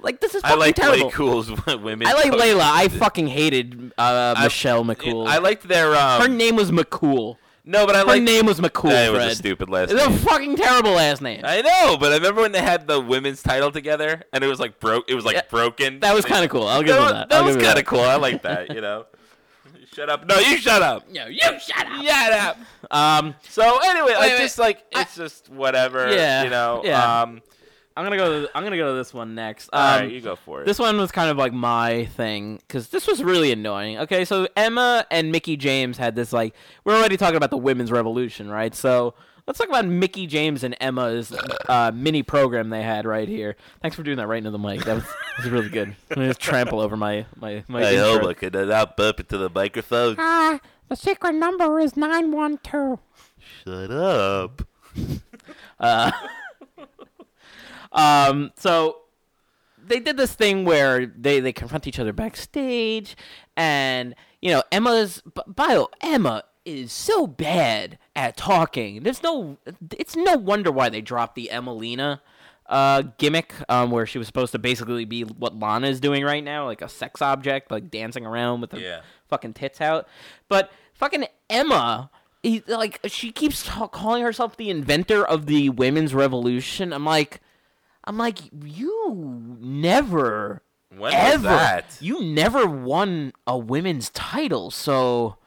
Speaker 5: Like this is
Speaker 6: I
Speaker 5: fucking
Speaker 6: like
Speaker 5: terrible.
Speaker 6: Lay Cool's women.
Speaker 5: I like
Speaker 6: coach.
Speaker 5: Layla. I fucking hated uh,
Speaker 6: I-
Speaker 5: Michelle McCool.
Speaker 6: I liked their um,
Speaker 5: her name was McCool.
Speaker 6: no, but I
Speaker 5: Her
Speaker 6: like
Speaker 5: name was McCool.
Speaker 6: That
Speaker 5: Fred.
Speaker 6: was a stupid last
Speaker 5: It's a
Speaker 6: name.
Speaker 5: fucking terrible last name.
Speaker 6: I know, but I remember when they had the women's title together, and it was like broke. It was like
Speaker 5: Yeah,
Speaker 6: broken.
Speaker 5: that was kinda cool. I'll give
Speaker 6: that.
Speaker 5: them
Speaker 6: was-
Speaker 5: that.
Speaker 6: That
Speaker 5: I'll
Speaker 6: was
Speaker 5: give them
Speaker 6: kind of
Speaker 5: that.
Speaker 6: cool. I like that. You know, shut up. No, you shut up.
Speaker 5: No, you shut up.
Speaker 6: Shut up.
Speaker 5: Um,
Speaker 6: So anyway, like
Speaker 5: wait.
Speaker 6: just like it's just whatever.
Speaker 5: Yeah,
Speaker 6: You know.
Speaker 5: yeah.
Speaker 6: Um,
Speaker 5: I'm gonna go. I'm gonna go to this one next. Um,
Speaker 6: all right, you go for it.
Speaker 5: This one was kind of like my thing because this was really annoying. Okay, so Emma and Mickey James had this like we're already talking about the women's revolution, right? So let's talk about Mickey James and Emma's uh, mini program they had right here. Thanks for doing that right into the mic. That was, that was really good. I'm gonna just trample over my my my.
Speaker 6: I
Speaker 5: intro.
Speaker 6: hope I could not bump into the microphone.
Speaker 7: Ah, the secret number is 912.
Speaker 6: Shut up.
Speaker 5: Um, so they did this thing where they, they confront each other backstage, and you know Emma's b- bio Emma is so bad at talking. There's no, it's no wonder why they dropped the Emelina uh gimmick um where she was supposed to basically be what Lana is doing right now like a sex object like dancing around with her
Speaker 6: Yeah.
Speaker 5: fucking tits out but fucking Emma he, like she keeps ta- calling herself the inventor of the women's revolution I'm like I'm like, you never,
Speaker 6: When
Speaker 5: ever,
Speaker 6: was that?
Speaker 5: you never won a women's title. So,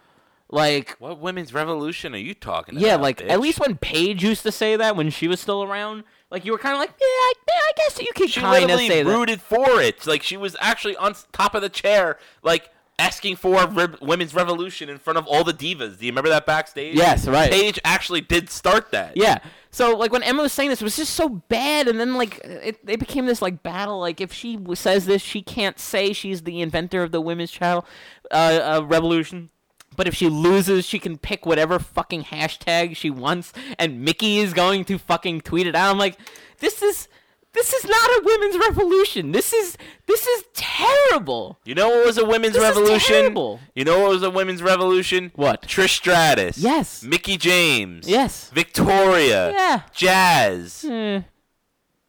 Speaker 5: like,
Speaker 6: What women's revolution are you talking about?
Speaker 5: yeah, like
Speaker 6: bitch?
Speaker 5: at least when Paige used to say that when she was still around, like you were kind of like, yeah, I, yeah, I guess you could
Speaker 6: she
Speaker 5: kind of
Speaker 6: literally
Speaker 5: say that.
Speaker 6: rooted for it. Like she was actually on s- top of the chair, like asking for rib- women's revolution in front of all the divas. Do you remember that backstage?
Speaker 5: Yes, right.
Speaker 6: Paige actually did start that.
Speaker 5: Yeah. So like when Emma was saying this, it was just so bad, and then like it, it became this like battle. Like if she w- says this, she can't say she's the inventor of the women's child uh, uh, revolution. But if she loses, she can pick whatever fucking hashtag she wants, and Mickey is going to fucking tweet it out. I'm like, this is this is not a women's revolution. This is this is terrible.
Speaker 6: You know what was a women's
Speaker 5: This is
Speaker 6: revolution?
Speaker 5: terrible.
Speaker 6: You know what was a women's revolution?
Speaker 5: What?
Speaker 6: Trish Stratus.
Speaker 5: Yes.
Speaker 6: Mickey James.
Speaker 5: Yes.
Speaker 6: Victoria.
Speaker 5: Yeah.
Speaker 6: Jazz.
Speaker 5: Eh,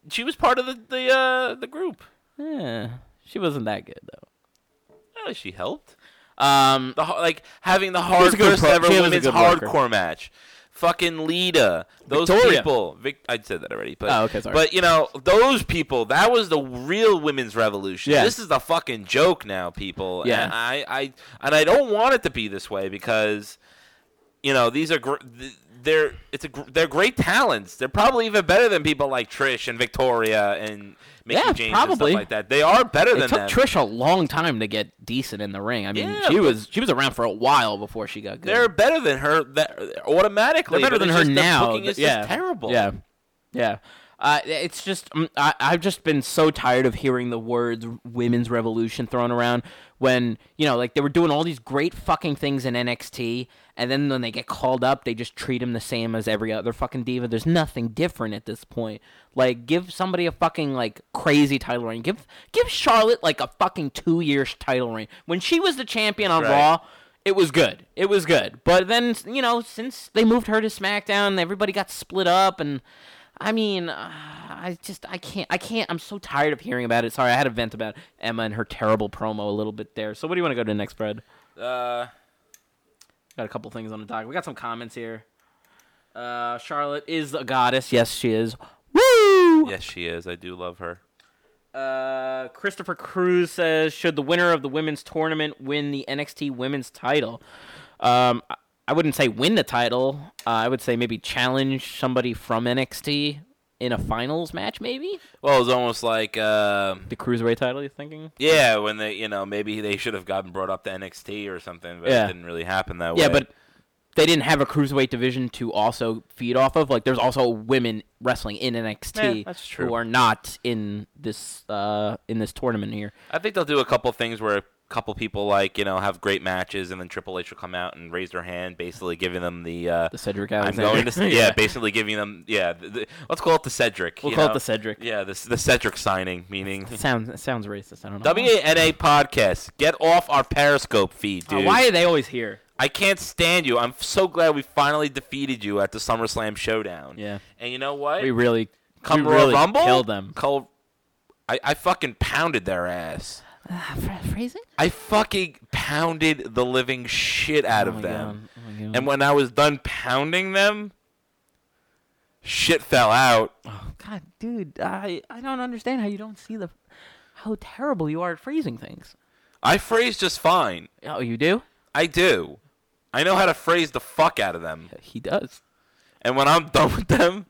Speaker 6: She was part of the the uh, the group.
Speaker 5: eh, she wasn't that good though.
Speaker 6: Oh, she helped.
Speaker 5: Um,
Speaker 6: The ho- like having the
Speaker 5: was
Speaker 6: hard
Speaker 5: a good
Speaker 6: first
Speaker 5: pro-
Speaker 6: ever
Speaker 5: she was a
Speaker 6: women's
Speaker 5: good worker.
Speaker 6: hardcore match. Fucking Lita, those
Speaker 5: Victoria.
Speaker 6: people. Vic- I said that already, but
Speaker 5: Oh, okay, sorry.
Speaker 6: but you know those people. That was the real women's revolution.
Speaker 5: Yeah.
Speaker 6: This is the fucking joke now, people.
Speaker 5: Yeah.
Speaker 6: and I, I and I don't want it to be this way because you know these are gr- th- they're it's a gr- they're great talents. They're probably even better than people like Trish and Victoria and Mickey
Speaker 5: Yeah,
Speaker 6: James and
Speaker 5: probably.
Speaker 6: stuff like that. They are better than
Speaker 5: It took
Speaker 6: them.
Speaker 5: Trish a long time to get decent in the ring. I mean,
Speaker 6: Yeah,
Speaker 5: she
Speaker 6: but-
Speaker 5: was she was around for a while before she got good.
Speaker 6: They're better than her that, automatically.
Speaker 5: They're better
Speaker 6: but
Speaker 5: than
Speaker 6: it's
Speaker 5: her
Speaker 6: just
Speaker 5: now.
Speaker 6: The booking is
Speaker 5: th- yeah,
Speaker 6: just terrible.
Speaker 5: Yeah, yeah. Uh, it's just um, I, I've just been so tired of hearing the words "women's revolution" thrown around when you know, like they were doing all these great fucking things in NXT, and then when they get called up, they just treat them the same as every other fucking diva. There's nothing different at this point. Like, give somebody a fucking like crazy title reign. Give give Charlotte like a fucking two year title reign when she was the champion on
Speaker 6: Right.
Speaker 5: Raw it was good. It was good. But then, you know, since they moved her to SmackDown, everybody got split up and I mean, uh, I just I can't I can't I'm so tired of hearing about it. Sorry, I had a vent about Emma and her terrible promo a little bit there. So what do you want to go to next, Fred?
Speaker 6: Uh,
Speaker 5: Got a couple things on the dock. We got some comments here. Uh, Charlotte is a goddess. Yes, she is. Woo!
Speaker 6: yes, she is. I do love her.
Speaker 5: Uh, Christopher Cruz says, should the winner of the women's tournament win the NXT women's title? Um, I- I wouldn't say win the title. Uh, I would say maybe challenge somebody from NXT in a finals match, maybe
Speaker 6: Well, it was almost like, uh,
Speaker 5: the cruiserweight title. You're thinking?
Speaker 6: yeah, when they, you know, maybe they should have gotten brought up to NXT or something, but
Speaker 5: Yeah.
Speaker 6: it didn't really happen that way.
Speaker 5: Yeah, but they didn't have a cruiserweight division to also feed off of. Like, there's also women wrestling in NXT
Speaker 6: Yeah, that's true.
Speaker 5: who are not in this uh, in this tournament here.
Speaker 6: I think they'll do a couple things where a couple people like you know have great matches, and then Triple H will come out and raise their hand, basically giving them the. Uh,
Speaker 5: The Cedric
Speaker 6: I'm
Speaker 5: Alexander.
Speaker 6: going to yeah, basically giving them yeah. The, the, let's call it the Cedric.
Speaker 5: We'll
Speaker 6: you
Speaker 5: call it
Speaker 6: know?
Speaker 5: the Cedric.
Speaker 6: Yeah, the, the Cedric signing, meaning
Speaker 5: Sounds it sounds racist. I don't know.
Speaker 6: WNA podcast. Get off our Periscope feed,
Speaker 5: Uh,
Speaker 6: dude.
Speaker 5: why are they always here?
Speaker 6: I can't stand you. I'm so glad we finally defeated you at the SummerSlam showdown.
Speaker 5: Yeah.
Speaker 6: and you know what?
Speaker 5: We really
Speaker 6: Come
Speaker 5: we
Speaker 6: Royal
Speaker 5: really
Speaker 6: Rumble,
Speaker 5: killed them.
Speaker 6: Col- I, I fucking pounded their ass.
Speaker 5: Uh,
Speaker 7: Phrase it?
Speaker 6: I fucking pounded the living shit out
Speaker 5: Oh
Speaker 6: of
Speaker 5: my
Speaker 6: them.
Speaker 5: God. Oh my God.
Speaker 6: And when I was done pounding them, shit fell out.
Speaker 5: God, dude, I I don't understand how you don't see the how terrible you are at phrasing things.
Speaker 6: I phrase just fine.
Speaker 5: Oh, you do?
Speaker 6: I do. I know how to phrase the fuck out of them.
Speaker 5: He does.
Speaker 6: And when I'm done with them,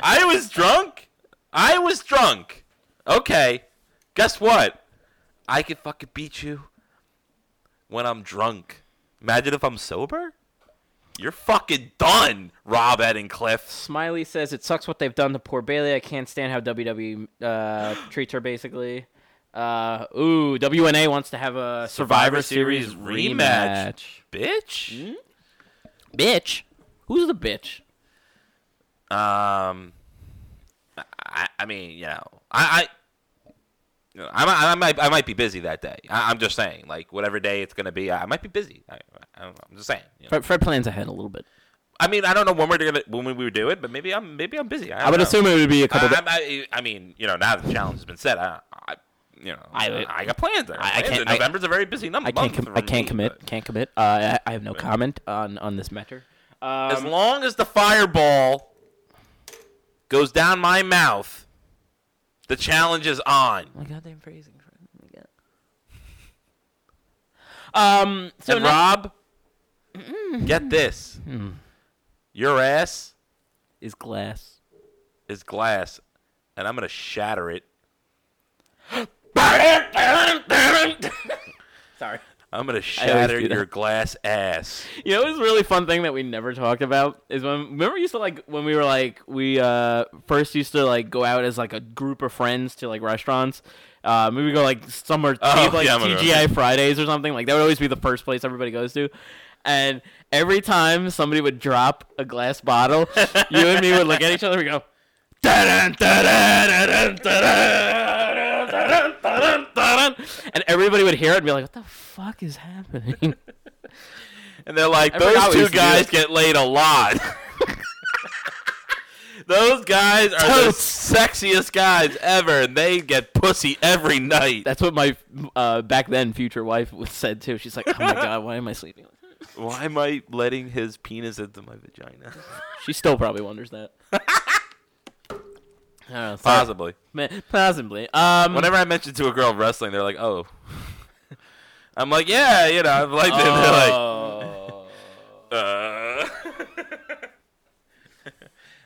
Speaker 6: I was drunk. I was drunk. Okay. Guess what? I could fucking beat you when I'm drunk. Imagine if I'm sober? You're fucking done, Rob Cliffs.
Speaker 5: Smiley says it sucks what they've done to poor Bailey. I can't stand how WWE uh, treats her. Basically, uh, ooh, WNA wants to have a
Speaker 6: Survivor Series rematch. Bitch.
Speaker 5: rematch. Bitch, who's the bitch?
Speaker 6: Um I I mean, you know, I I you know, I, might- I might I might be busy that day. I, I'm just saying, like whatever day it's gonna be, I, I might be busy. I, I don't know. I'm just saying. you know.
Speaker 5: Fred, Fred plans ahead a little bit.
Speaker 6: I mean, I don't know when we're gonna when we would do it, but maybe I'm maybe I'm busy. I,
Speaker 5: I would assume it would be a
Speaker 6: I,
Speaker 5: couple. days.
Speaker 6: I, I, I mean, you know, now that the challenge has been set, I, I you know,
Speaker 5: I- uh,
Speaker 6: I, I got plans. I, got
Speaker 5: I- I
Speaker 6: plans.
Speaker 5: can't-
Speaker 6: And
Speaker 5: I-
Speaker 6: November's a very busy num-
Speaker 5: I can't.
Speaker 6: month
Speaker 5: Com-
Speaker 6: for
Speaker 5: I can't
Speaker 6: me,
Speaker 5: commit.
Speaker 6: but
Speaker 5: Can't commit. Uh, I, I have no comment on on this matter. Um,
Speaker 6: As long as the fireball goes down my mouth, the challenge is on.
Speaker 5: my goddamn phrasing. Um. So
Speaker 6: and
Speaker 5: now-
Speaker 6: Rob, get this.
Speaker 5: Hmm.
Speaker 6: Your ass
Speaker 5: is glass.
Speaker 6: is glass, and I'm going to shatter it.
Speaker 5: Sorry.
Speaker 6: I'm going to
Speaker 5: always
Speaker 6: shatter
Speaker 5: do that.
Speaker 6: your glass ass.
Speaker 5: You know, what's a really fun thing that we never talked about is when remember we used to like when we were like we uh first used to like go out as like a group of friends to like restaurants. Uh, maybe we go like somewhere cheap,
Speaker 6: Oh,
Speaker 5: like
Speaker 6: yeah, I'm gonna go.
Speaker 5: TGI Fridays or something. Like that would always be the first place everybody goes to. And every time somebody would drop a glass bottle, you and me would look at each other and go, and everybody would hear it and be like, "What the fuck is happening?"
Speaker 6: And they're like,
Speaker 5: I forgot
Speaker 6: those
Speaker 5: we
Speaker 6: two
Speaker 5: used to do
Speaker 6: guys
Speaker 5: that."
Speaker 6: get laid a lot. those guys are the
Speaker 5: Totes.
Speaker 6: sexiest guys ever, and they get pussy every night.
Speaker 5: That's what my uh, back then future wife was said too. She's like, "Oh my god, why am I sleeping?" with her?"
Speaker 6: Why am I letting his penis into my vagina?
Speaker 5: She still probably wonders that. I don't know, sorry.
Speaker 6: Possibly.
Speaker 5: Man, possibly. Um,
Speaker 6: Whenever I mention to a girl wrestling, they're like, "Oh." I'm like, "Yeah, you know, I've liked it." They're like,
Speaker 5: Oh.
Speaker 6: uh.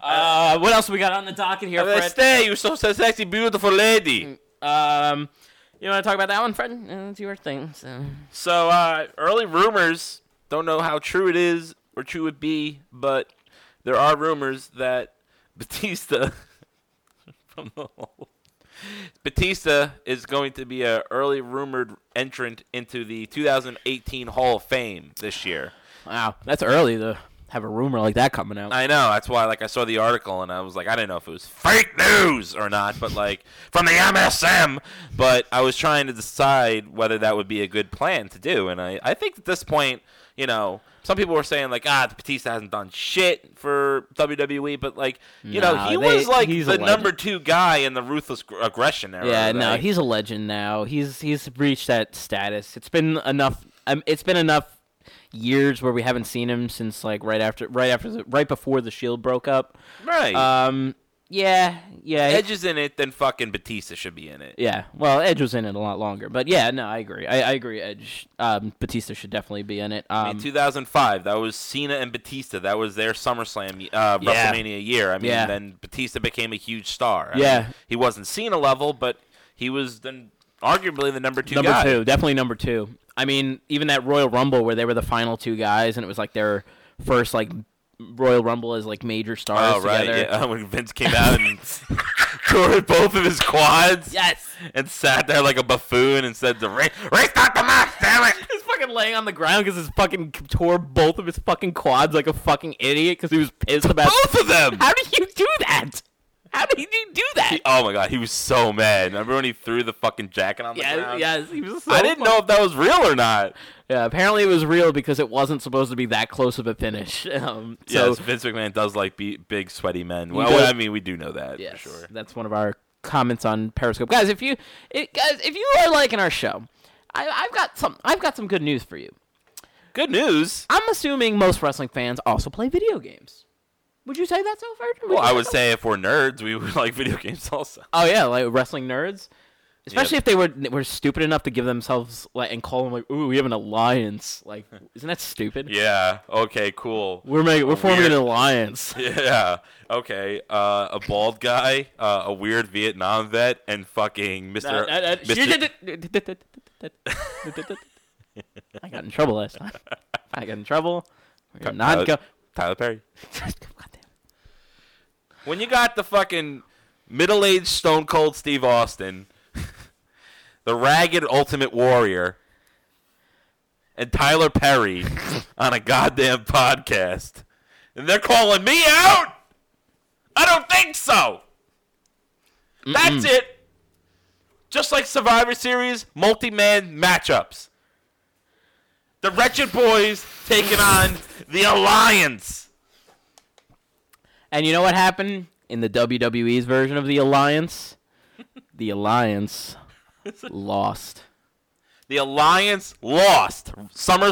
Speaker 5: uh, what else we got on the docket here,
Speaker 6: I'm like,
Speaker 5: Fred?
Speaker 6: "Stay, you're so so sexy, beautiful lady."
Speaker 5: Um, you want to talk about that one, Fred? Uh, It's your thing. So.
Speaker 6: So, uh, early rumors don't know how true it is or true it be, but there are rumors that Batista from the hole. Batista is going to be a early rumored entrant into the 2018 Hall of Fame this year.
Speaker 5: Wow, that's early to have a rumor like that coming out.
Speaker 6: I know. That's why, like, I saw the article and I was like, I didn't know if it was fake news or not, but like from the MSM. But I was trying to decide whether that would be a good plan to do, and I, I think at this point, you know, some people were saying like, ah, Batista hasn't done shit for WWE, but like, you
Speaker 5: Nah,
Speaker 6: know, he
Speaker 5: they-
Speaker 6: was like
Speaker 5: he's a
Speaker 6: the
Speaker 5: legend.
Speaker 6: number two guy in the ruthless Gr- aggression era.
Speaker 5: Yeah, no,
Speaker 6: like-
Speaker 5: he's a legend now. He's he's reached that status. It's been enough. Um, it's been enough years where we haven't seen him since like right after right after the, right before the Shield broke up.
Speaker 6: right.
Speaker 5: Um, Yeah, yeah.
Speaker 6: Edge is in it, then fucking Batista should be in it.
Speaker 5: Yeah, well, Edge was in it a lot longer, but yeah, no, I agree. I, I agree. Edge, um, Batista should definitely be in it. Um,
Speaker 6: In 2005, that was Cena and Batista. That was their SummerSlam, uh,
Speaker 5: Yeah.
Speaker 6: WrestleMania year. I mean,
Speaker 5: Yeah.
Speaker 6: then Batista became a huge star. I
Speaker 5: Yeah.
Speaker 6: mean, he wasn't Cena level, but he was then arguably the number two
Speaker 5: number
Speaker 6: guy.
Speaker 5: two, definitely number two. I mean, even that Royal Rumble where they were the final two guys, and it was like their first like Royal Rumble as like major stars
Speaker 6: Oh right,
Speaker 5: together.
Speaker 6: yeah. When Vince came out and tore both of his quads,
Speaker 5: Yes.
Speaker 6: and sat there like a buffoon and said, "The race, race not the match, damn it!"
Speaker 5: He's fucking laying on the ground because his fucking tore both of his fucking quads like a fucking idiot because he was pissed about.
Speaker 6: Both of them.
Speaker 5: How did you do that? How did you do that?
Speaker 6: He- oh my god, he was so mad. Remember when he threw the fucking jacket on the
Speaker 5: Yes,
Speaker 6: ground?
Speaker 5: yes, he was so
Speaker 6: I didn't know if that was real or not.
Speaker 5: Yeah, apparently it was real because it wasn't supposed to be that close of a finish. Um, so
Speaker 6: yes, Vince McMahon does like be, big sweaty men. Well,
Speaker 5: does-
Speaker 6: I mean, we do know that
Speaker 5: yes,
Speaker 6: for sure.
Speaker 5: that's one of our comments on Periscope, guys. If you, it, guys, if you are liking our show, I, I've got some, I've got some good news for you.
Speaker 6: Good news.
Speaker 5: I'm assuming most wrestling fans also play video games. Would you say that, Salford? Would
Speaker 6: Well,
Speaker 5: you
Speaker 6: I
Speaker 5: say
Speaker 6: would
Speaker 5: that?
Speaker 6: say if we're nerds, we would like video games also.
Speaker 5: Oh yeah, like wrestling nerds. Especially if they were were stupid enough to give themselves like and call them like, ooh, we have an alliance. Like, isn't that stupid?
Speaker 6: Yeah. Okay. Cool.
Speaker 5: We're making, we're forming
Speaker 6: weird-
Speaker 5: an alliance.
Speaker 6: Yeah. Okay. Uh, a bald guy, uh, a weird Vietnam vet, and fucking Mister. Mister.
Speaker 5: I got in trouble last time. I got in trouble. We're gonna not go.
Speaker 6: Tyler Perry.
Speaker 5: Goddamn.
Speaker 6: When you got the fucking middle-aged Stone Cold Steve Austin, the ragged Ultimate Warrior, and Tyler Perry on a goddamn podcast, and they're calling me out. I don't think so. That's it. Just like Survivor Series, multi-man matchups. The Wretched Boys taking on the Alliance.
Speaker 5: And you know what happened in the WWE's version of the alliance? The alliance lost.
Speaker 6: The Alliance lost Summer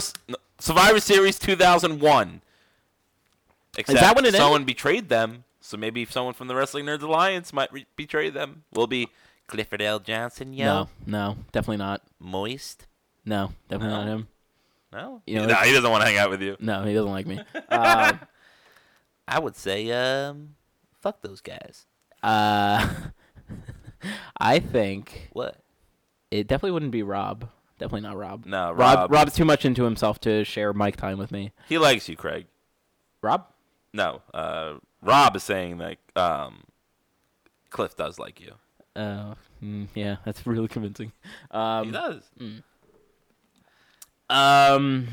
Speaker 6: Survivor Series 2001. Except
Speaker 5: that when it
Speaker 6: someone betrayed them, so maybe if someone from the Wrestling Nerds Alliance might re- betray them. Will be Clifford L. Johnson, yo.
Speaker 5: No, no, definitely not.
Speaker 6: Moist?
Speaker 5: No, definitely
Speaker 6: No.
Speaker 5: not him.
Speaker 6: No.
Speaker 5: You know,
Speaker 6: no,
Speaker 5: it's-
Speaker 6: he doesn't want to hang out with you.
Speaker 5: No, he doesn't like me.
Speaker 6: I would say, um, fuck those guys.
Speaker 5: Uh, I think
Speaker 6: What?
Speaker 5: it definitely wouldn't be Rob. Definitely not Rob.
Speaker 6: No, Rob.
Speaker 5: Rob. Rob's too much into himself to share mic time with me.
Speaker 6: He likes you, Craig.
Speaker 5: Rob?
Speaker 6: No. Uh, Rob is saying that um, Cliff does like you.
Speaker 5: Oh, mm, yeah, that's really convincing.
Speaker 6: he does.
Speaker 5: Um,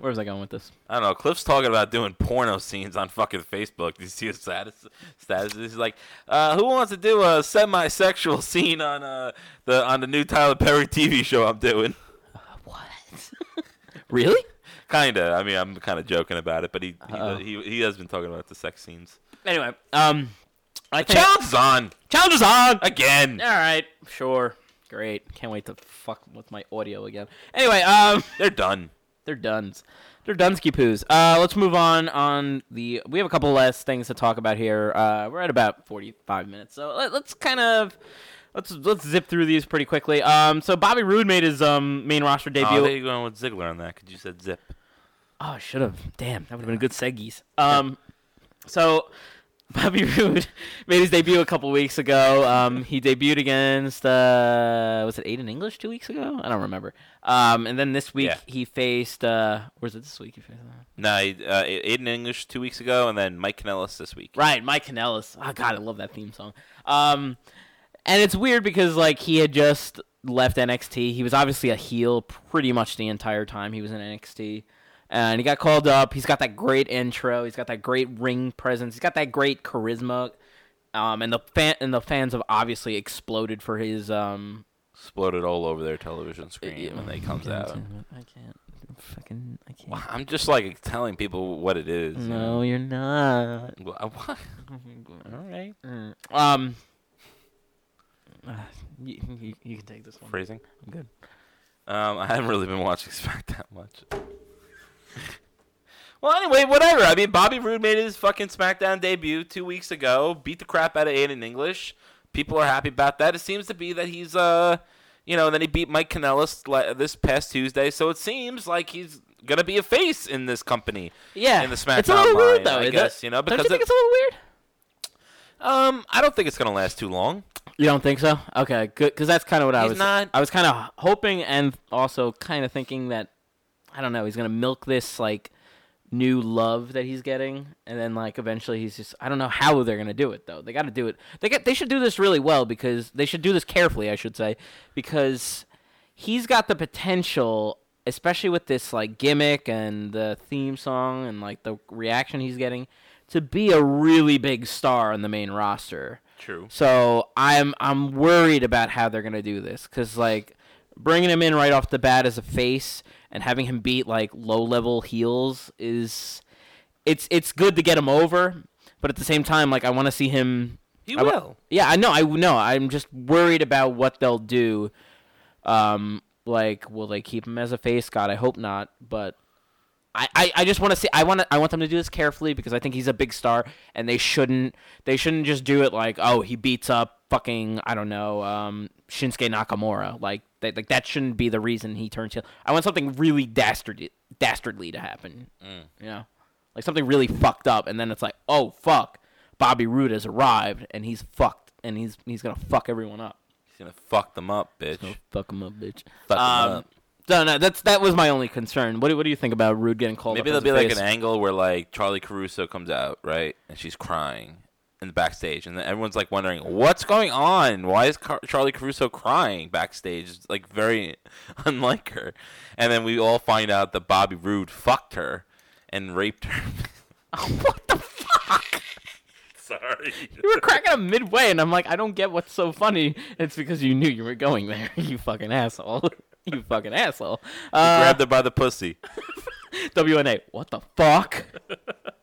Speaker 5: where was I going with this?
Speaker 6: I don't know. Cliff's talking about doing porno scenes on fucking Facebook. Do you see his status? Status. He's like, uh, "Who wants to do a semi-sexual scene on uh, the on the new Tyler Perry TV show I'm doing?"
Speaker 5: Really?
Speaker 6: kinda. I mean, I'm kind of joking about it, but he he, does- he he has been talking about the sex scenes.
Speaker 5: Anyway, um, I think
Speaker 6: Challenge is on
Speaker 5: challenge is on.
Speaker 6: again.
Speaker 5: All right, sure, great. Can't wait to fuck with my audio again. Anyway, um,
Speaker 6: They're done.
Speaker 5: they're duns. They're dunsky poos. Uh, let's move on. On the we have a couple less things to talk about here. Uh, we're at about forty-five minutes, so let, let's kind of. Let's, let's zip through these pretty quickly. Um, so Bobby Roode made his um main roster
Speaker 6: Oh, there
Speaker 5: debut.
Speaker 6: you going with Ziggler on that? Cause you said zip.
Speaker 5: Oh, I should have. Damn, that would have been a good segues. Um, so Bobby Roode made his debut a couple weeks ago. Um, he debuted against uh, was it Aiden English two weeks ago? I don't remember. Um, and then this week
Speaker 6: Yeah.
Speaker 5: he faced uh, where's it this week? He faced uh,
Speaker 6: No, he, uh, Aiden English two weeks ago, and then Mike Kanellis this week.
Speaker 5: right, Mike Kanellis. Oh God, I love that theme song. Um, and it's weird because like he had just left NXT. He was obviously a heel pretty much the entire time he was in NXT. And he got called up. He's got that great intro. He's got that great ring presence. He's got that great charisma. Um, and the fan and the fans have obviously exploded for his um.
Speaker 6: Exploded all over their television screen when they comes out.
Speaker 5: I can't fucking. I can't.
Speaker 6: I'm just like telling people what it is. you know?
Speaker 5: No, you're not.
Speaker 6: Well, I- what?
Speaker 5: All right. Um. You, you, you can take this one.
Speaker 6: Phrasing.
Speaker 5: I'm good.
Speaker 6: Um, I haven't really been watching Smack that much. Well, anyway, whatever. I mean, Bobby Roode made his fucking SmackDown debut two weeks ago, beat the crap out of Aiden English. People are happy about that. It seems to be that he's, uh, you know, then he beat Mike Kanellis le- this past Tuesday, so it seems like he's gonna be a face in this company.
Speaker 5: Yeah,
Speaker 6: in the SmackDown
Speaker 5: It's a little
Speaker 6: line,
Speaker 5: weird though.
Speaker 6: I
Speaker 5: It-
Speaker 6: guess you know
Speaker 5: don't
Speaker 6: because
Speaker 5: you think
Speaker 6: it-
Speaker 5: it's a little weird?
Speaker 6: um, I don't think it's gonna last too long.
Speaker 5: You don't think so? Okay, good. Because that's kind of what I
Speaker 6: He's
Speaker 5: was.
Speaker 6: not-
Speaker 5: I was kind of hoping and also kind of thinking that I don't know. He's gonna milk this like new love that he's getting, and then like eventually he's just. I don't know how they're gonna do it though. They got to do it. They get. They should do this really well because they should do this carefully. I should say because he's got the potential. Especially with this like gimmick and the theme song and like the reaction he's getting, to be a really big star on the main roster.
Speaker 6: True.
Speaker 5: So I'm I'm worried about how they're gonna do this because like bringing him in right off the bat as a face and having him beat like low level heels is it's it's good to get him over, but at the same time like I want to see him.
Speaker 6: He
Speaker 5: I wa-
Speaker 6: will.
Speaker 5: yeah, I know. I know. I'm just worried about what they'll do. Um, like will they keep him as a face? God, I hope not. But I, I, I just want to see. I want to. I want them to do this carefully because I think he's a big star, and they shouldn't. They shouldn't just do it like, oh, he beats up fucking I don't know, um, Shinsuke Nakamura. Like, that like that shouldn't be the reason he turns heel. I want something really dastardly, dastardly to happen. You know, like something really fucked up, and then it's like, oh fuck, Bobby Roode has arrived, and he's fucked, and he's he's gonna fuck everyone up.
Speaker 6: He's gonna fuck them up, bitch.
Speaker 5: Fuck him up, bitch.
Speaker 6: Fuck 'em
Speaker 5: um,
Speaker 6: up.
Speaker 5: no, no, that's that was my only concern. What do, what do you think about Rude getting called?
Speaker 6: Maybe
Speaker 5: up
Speaker 6: there'll
Speaker 5: as
Speaker 6: be
Speaker 5: a
Speaker 6: like
Speaker 5: face?
Speaker 6: an angle where like Charlie Caruso comes out, right, and she's crying in the backstage, and then everyone's like wondering what's going on. Why is Car- Charlie Caruso crying backstage? It's like very unlike her. And then we all find out that Bobby Roode fucked her and raped her.
Speaker 5: what the fuck?
Speaker 4: Sorry.
Speaker 5: You were cracking up midway, and I'm like, I don't get what's so funny. It's because you knew you were going there, you fucking asshole. you fucking asshole. Uh,
Speaker 6: Grabbed her by the pussy.
Speaker 5: WNA, what the fuck?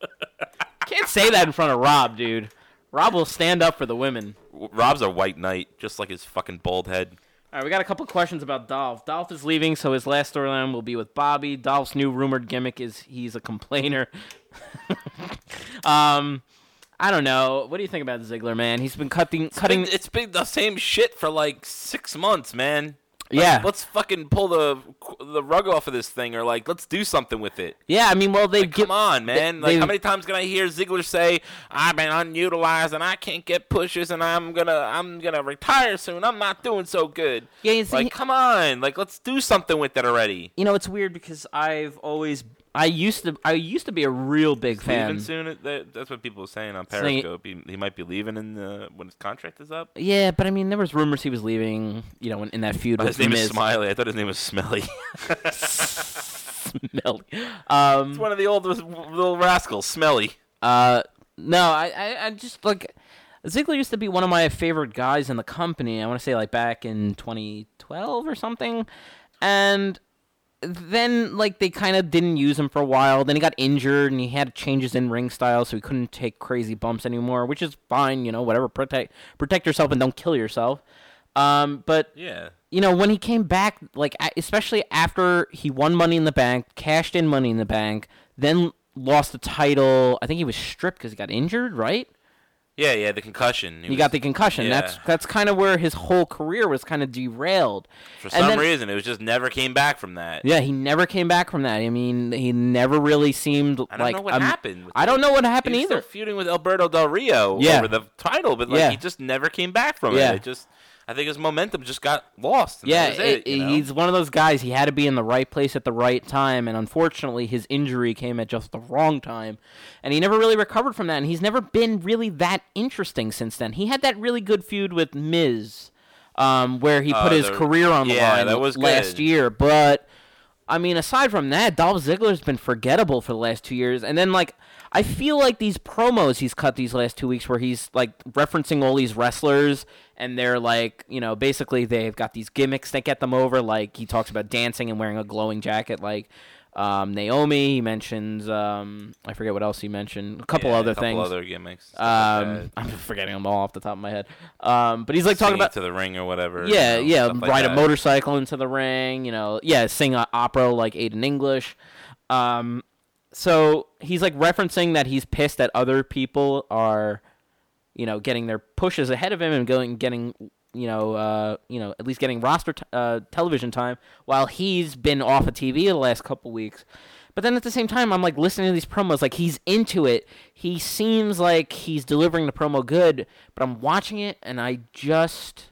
Speaker 5: Can't say that in front of Rob, dude. Rob will stand up for the women.
Speaker 6: W- Rob's a white knight, just like his fucking bald head.
Speaker 5: All right, we got a couple questions about Dolph. Dolph is leaving, so his last storyline will be with Bobby. Dolph's new rumored gimmick is he's a complainer. um, I don't know. What do you think about Ziggler, man? He's been cutting, cutting.
Speaker 6: It's been the same shit for like six months, man.
Speaker 5: yeah,
Speaker 6: Let's fucking pull the the rug off of this thing, or like let's do something with it.
Speaker 5: yeah. I mean, well, they give
Speaker 6: Come on, man. like,
Speaker 5: they-
Speaker 6: how many times can I hear Ziggler say, "I've been unutilized and I can't get pushes and I'm gonna, I'm gonna retire soon. I'm not doing so good."
Speaker 5: Yeah, you see-
Speaker 6: like, come on. Like, let's do something with that already.
Speaker 5: you know, it's weird because I've always, I used to, I used to be a real big fan.
Speaker 6: Leaving soon. It- that- That's what people were saying on
Speaker 5: Saying-
Speaker 6: Periscope. He, he might be leaving in the, when his contract is up.
Speaker 5: Yeah, but I mean, there was rumors he was leaving. You know, in, in that feud with
Speaker 6: His name
Speaker 5: Miz.
Speaker 6: is Smiley. I thought his name was Smelly.
Speaker 5: Smelly. Um,
Speaker 6: One of the old little rascals, Smelly.
Speaker 5: Uh, no, I, I, I just like Ziggler used to be one of my favorite guys in the company. I want to say like back in 2012 or something, and then like they kind of didn't use him for a while. Then he got injured and he had changes in ring style, so he couldn't take crazy bumps anymore, which is fine. You know, whatever. Protect protect yourself and don't kill yourself. Um, but
Speaker 6: Yeah.
Speaker 5: you know, when he came back, like a- especially after he won Money in the Bank, cashed in Money in the Bank, then lost the title. I think he was stripped because he got injured, right?
Speaker 6: Yeah, yeah. The concussion. He
Speaker 5: He got the concussion. That's
Speaker 6: Yeah.
Speaker 5: that's kind of where his whole career was kind of derailed.
Speaker 6: for
Speaker 5: And
Speaker 6: some
Speaker 5: then-
Speaker 6: reason it was just never came back from that.
Speaker 5: Yeah, he never came back from that. I mean, he never really seemed
Speaker 6: I don't
Speaker 5: like
Speaker 6: know what
Speaker 5: um,
Speaker 6: happened. with
Speaker 5: I don't know what happened
Speaker 6: He was
Speaker 5: either.
Speaker 6: Still feuding with Alberto Del Rio
Speaker 5: Yeah.
Speaker 6: over the title, but like
Speaker 5: Yeah.
Speaker 6: he just never came back from
Speaker 5: Yeah.
Speaker 6: it. It just, I think his momentum just got lost. and
Speaker 5: Yeah,
Speaker 6: that was it,
Speaker 5: it-
Speaker 6: you know?
Speaker 5: he's one of those guys. He had to be in the right place at the right time, and unfortunately, his injury came at just the wrong time, and he never really recovered from that. And he's never been really that interesting since then. He had that really good feud with Miz, um, where he put
Speaker 6: Oh,
Speaker 5: his
Speaker 6: the-
Speaker 5: career on the
Speaker 6: yeah,
Speaker 5: line
Speaker 6: that was
Speaker 5: last
Speaker 6: good.
Speaker 5: year, but. I mean, aside from that, Dolph Ziggler's been forgettable for the last two years. And then, like, I feel like these promos he's cut these last two weeks, where he's like referencing all these wrestlers, and they're like, you know, basically they've got these gimmicks that get them over. Like, he talks about dancing and wearing a glowing jacket, like um, Naomi. He mentions, um, I forget what else he mentioned, a couple
Speaker 6: Yeah,
Speaker 5: other
Speaker 6: a couple
Speaker 5: things.
Speaker 6: other gimmicks. stuff like
Speaker 5: um,
Speaker 6: that.
Speaker 5: I'm forgetting them all off the top of my head. Um, but he's like talking
Speaker 6: Singing
Speaker 5: about
Speaker 6: to the ring or whatever.
Speaker 5: yeah,
Speaker 6: you know,
Speaker 5: yeah.
Speaker 6: stuff like
Speaker 5: ride a
Speaker 6: that.
Speaker 5: motorcycle into the ring, you know. Yeah, sing a opera like Aiden English. Um, so he's like referencing that he's pissed that other people are, you know, getting their pushes ahead of him and going getting, you know, uh, you know, at least getting roster t- uh, television time while he's been off of TV the last couple weeks. But then at the same time, I'm like listening to these promos, like he's into it. He seems like he's delivering the promo good, but I'm watching it and I just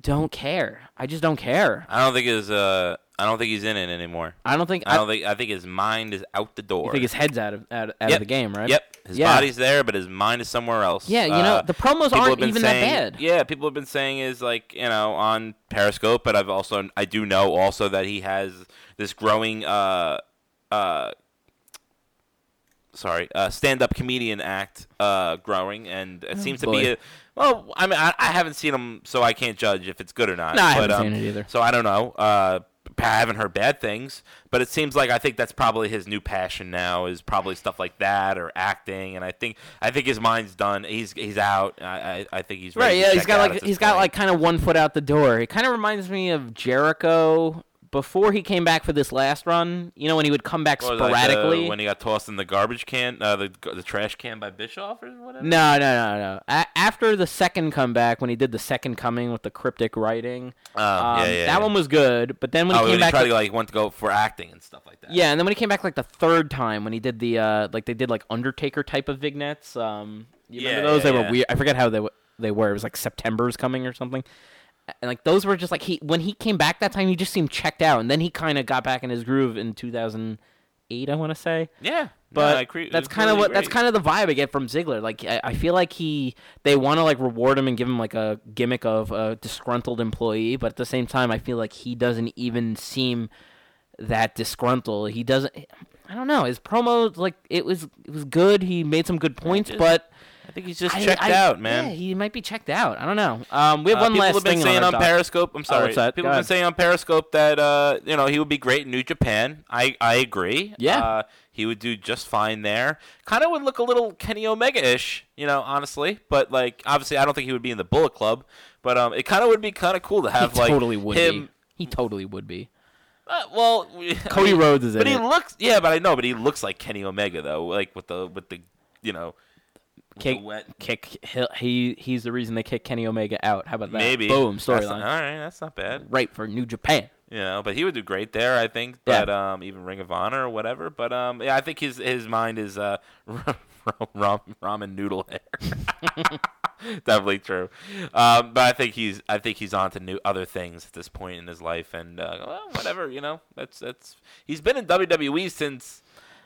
Speaker 5: don't care. I just don't care.
Speaker 6: I don't think his. Uh, I don't think he's in it anymore.
Speaker 5: I don't think
Speaker 6: I don't think. I think his mind is out the door.
Speaker 5: I think his head's out of out, out
Speaker 6: Yep.
Speaker 5: of the game, right?
Speaker 6: Yep. His
Speaker 5: Yeah.
Speaker 6: body's there, but his mind is somewhere else. Uh,
Speaker 5: Yeah, you know, the promos
Speaker 6: people
Speaker 5: aren't
Speaker 6: have been
Speaker 5: even that
Speaker 6: saying-
Speaker 5: bad.
Speaker 6: Yeah, people have been saying is like you know on Periscope, but I've also I do know also that he has this growing uh uh sorry uh stand up comedian act uh growing, and it seems to be
Speaker 5: Oh, boy.
Speaker 6: a well I mean I, I haven't seen him, so I can't judge if it's good or not.
Speaker 5: No, I
Speaker 6: but,
Speaker 5: haven't
Speaker 6: um,
Speaker 5: seen it either.
Speaker 6: So I don't know. Uh, I haven't heard bad things, but it seems like I think that's probably his new passion now is probably stuff like that or acting. And I think I think his mind's done. He's he's out. I I, I think he's
Speaker 5: Right,
Speaker 6: ready to
Speaker 5: yeah, he's
Speaker 6: check
Speaker 5: got
Speaker 6: out
Speaker 5: like
Speaker 6: at this
Speaker 5: he's got
Speaker 6: point.
Speaker 5: like kind of one foot out the door. It kind of reminds me of Jericho before he came back for this last run. You know when he would come back
Speaker 6: What was it, like, uh,
Speaker 5: sporadically.
Speaker 6: when he got tossed in the garbage can, uh, the the trash can by Bischoff or whatever.
Speaker 5: no, no, no, no. A- after the second comeback, when he did the second coming with the cryptic writing,
Speaker 6: Oh,
Speaker 5: um,
Speaker 6: yeah, yeah,
Speaker 5: that
Speaker 6: yeah.
Speaker 5: one was good. But then when
Speaker 6: Oh,
Speaker 5: he
Speaker 6: when
Speaker 5: came
Speaker 6: he
Speaker 5: back,
Speaker 6: tried to like went to go for acting and stuff like that.
Speaker 5: yeah, and then when he came back like the third time, when he did the uh, like they did like Undertaker type of vignettes. Um, you remember
Speaker 6: Yeah,
Speaker 5: those?
Speaker 6: yeah,
Speaker 5: they were
Speaker 6: yeah.
Speaker 5: weird. I forget how they w- they were. It was like September's coming or something. And like those were just like he when he came back that time, he just seemed checked out, and then he kind of got back in his groove in 2008, I want to say.
Speaker 6: yeah.
Speaker 5: But
Speaker 6: no, I agree. It
Speaker 5: that's
Speaker 6: was
Speaker 5: kind of
Speaker 6: really
Speaker 5: what that's
Speaker 6: great.
Speaker 5: kind of the vibe I get from Ziggler. Like I, I feel like he they want to like reward him and give him like a gimmick of a disgruntled employee, but at the same time I feel like he doesn't even seem that disgruntled. He doesn't. I don't know. His promo like it was it was good. He made some good points,
Speaker 6: just-
Speaker 5: but
Speaker 6: I think he's just
Speaker 5: I-
Speaker 6: checked
Speaker 5: I-
Speaker 6: out, man.
Speaker 5: Yeah, he might be checked out. I don't know. Um, we have
Speaker 6: Uh,
Speaker 5: one
Speaker 6: people
Speaker 5: last
Speaker 6: have been
Speaker 5: thing
Speaker 6: saying
Speaker 5: on, our
Speaker 6: on
Speaker 5: doc- Oh,
Speaker 6: Periscope. I'm sorry.
Speaker 5: what's that?
Speaker 6: People
Speaker 5: Go
Speaker 6: have been
Speaker 5: ahead.
Speaker 6: saying on Periscope that uh, you know he would be great in New Japan. I I agree.
Speaker 5: Yeah.
Speaker 6: Uh, he would do just fine there. Kind of would look a little Kenny Omega-ish, you know, honestly. But like, obviously, I don't think he would be in the Bullet Club. But um, it kind of would be kind of cool to
Speaker 5: He
Speaker 6: have like
Speaker 5: totally would
Speaker 6: him.
Speaker 5: be. He totally would be.
Speaker 6: Uh, well,
Speaker 5: Cody Rhodes is
Speaker 6: but
Speaker 5: in
Speaker 6: he
Speaker 5: it.
Speaker 6: looks yeah, but I know, but he looks like Kenny Omega though, like with the with the you know
Speaker 5: Kick,
Speaker 6: wet-
Speaker 5: kick. He, he he's the reason they kick Kenny Omega out. How about that?
Speaker 6: maybe
Speaker 5: Boom
Speaker 6: That's not-
Speaker 5: storyline.
Speaker 6: All right, that's not bad.
Speaker 5: Right for New Japan.
Speaker 6: You know, but he would do great there, I think.
Speaker 5: Yeah.
Speaker 6: But um, even Ring of Honor or whatever. But um, yeah, I think his his mind is uh, ram, ramen noodle hair. Definitely true. Um, but I think he's I think he's on to new other things at this point in his life, and uh, well, whatever you know, that's that's he's been in WWE since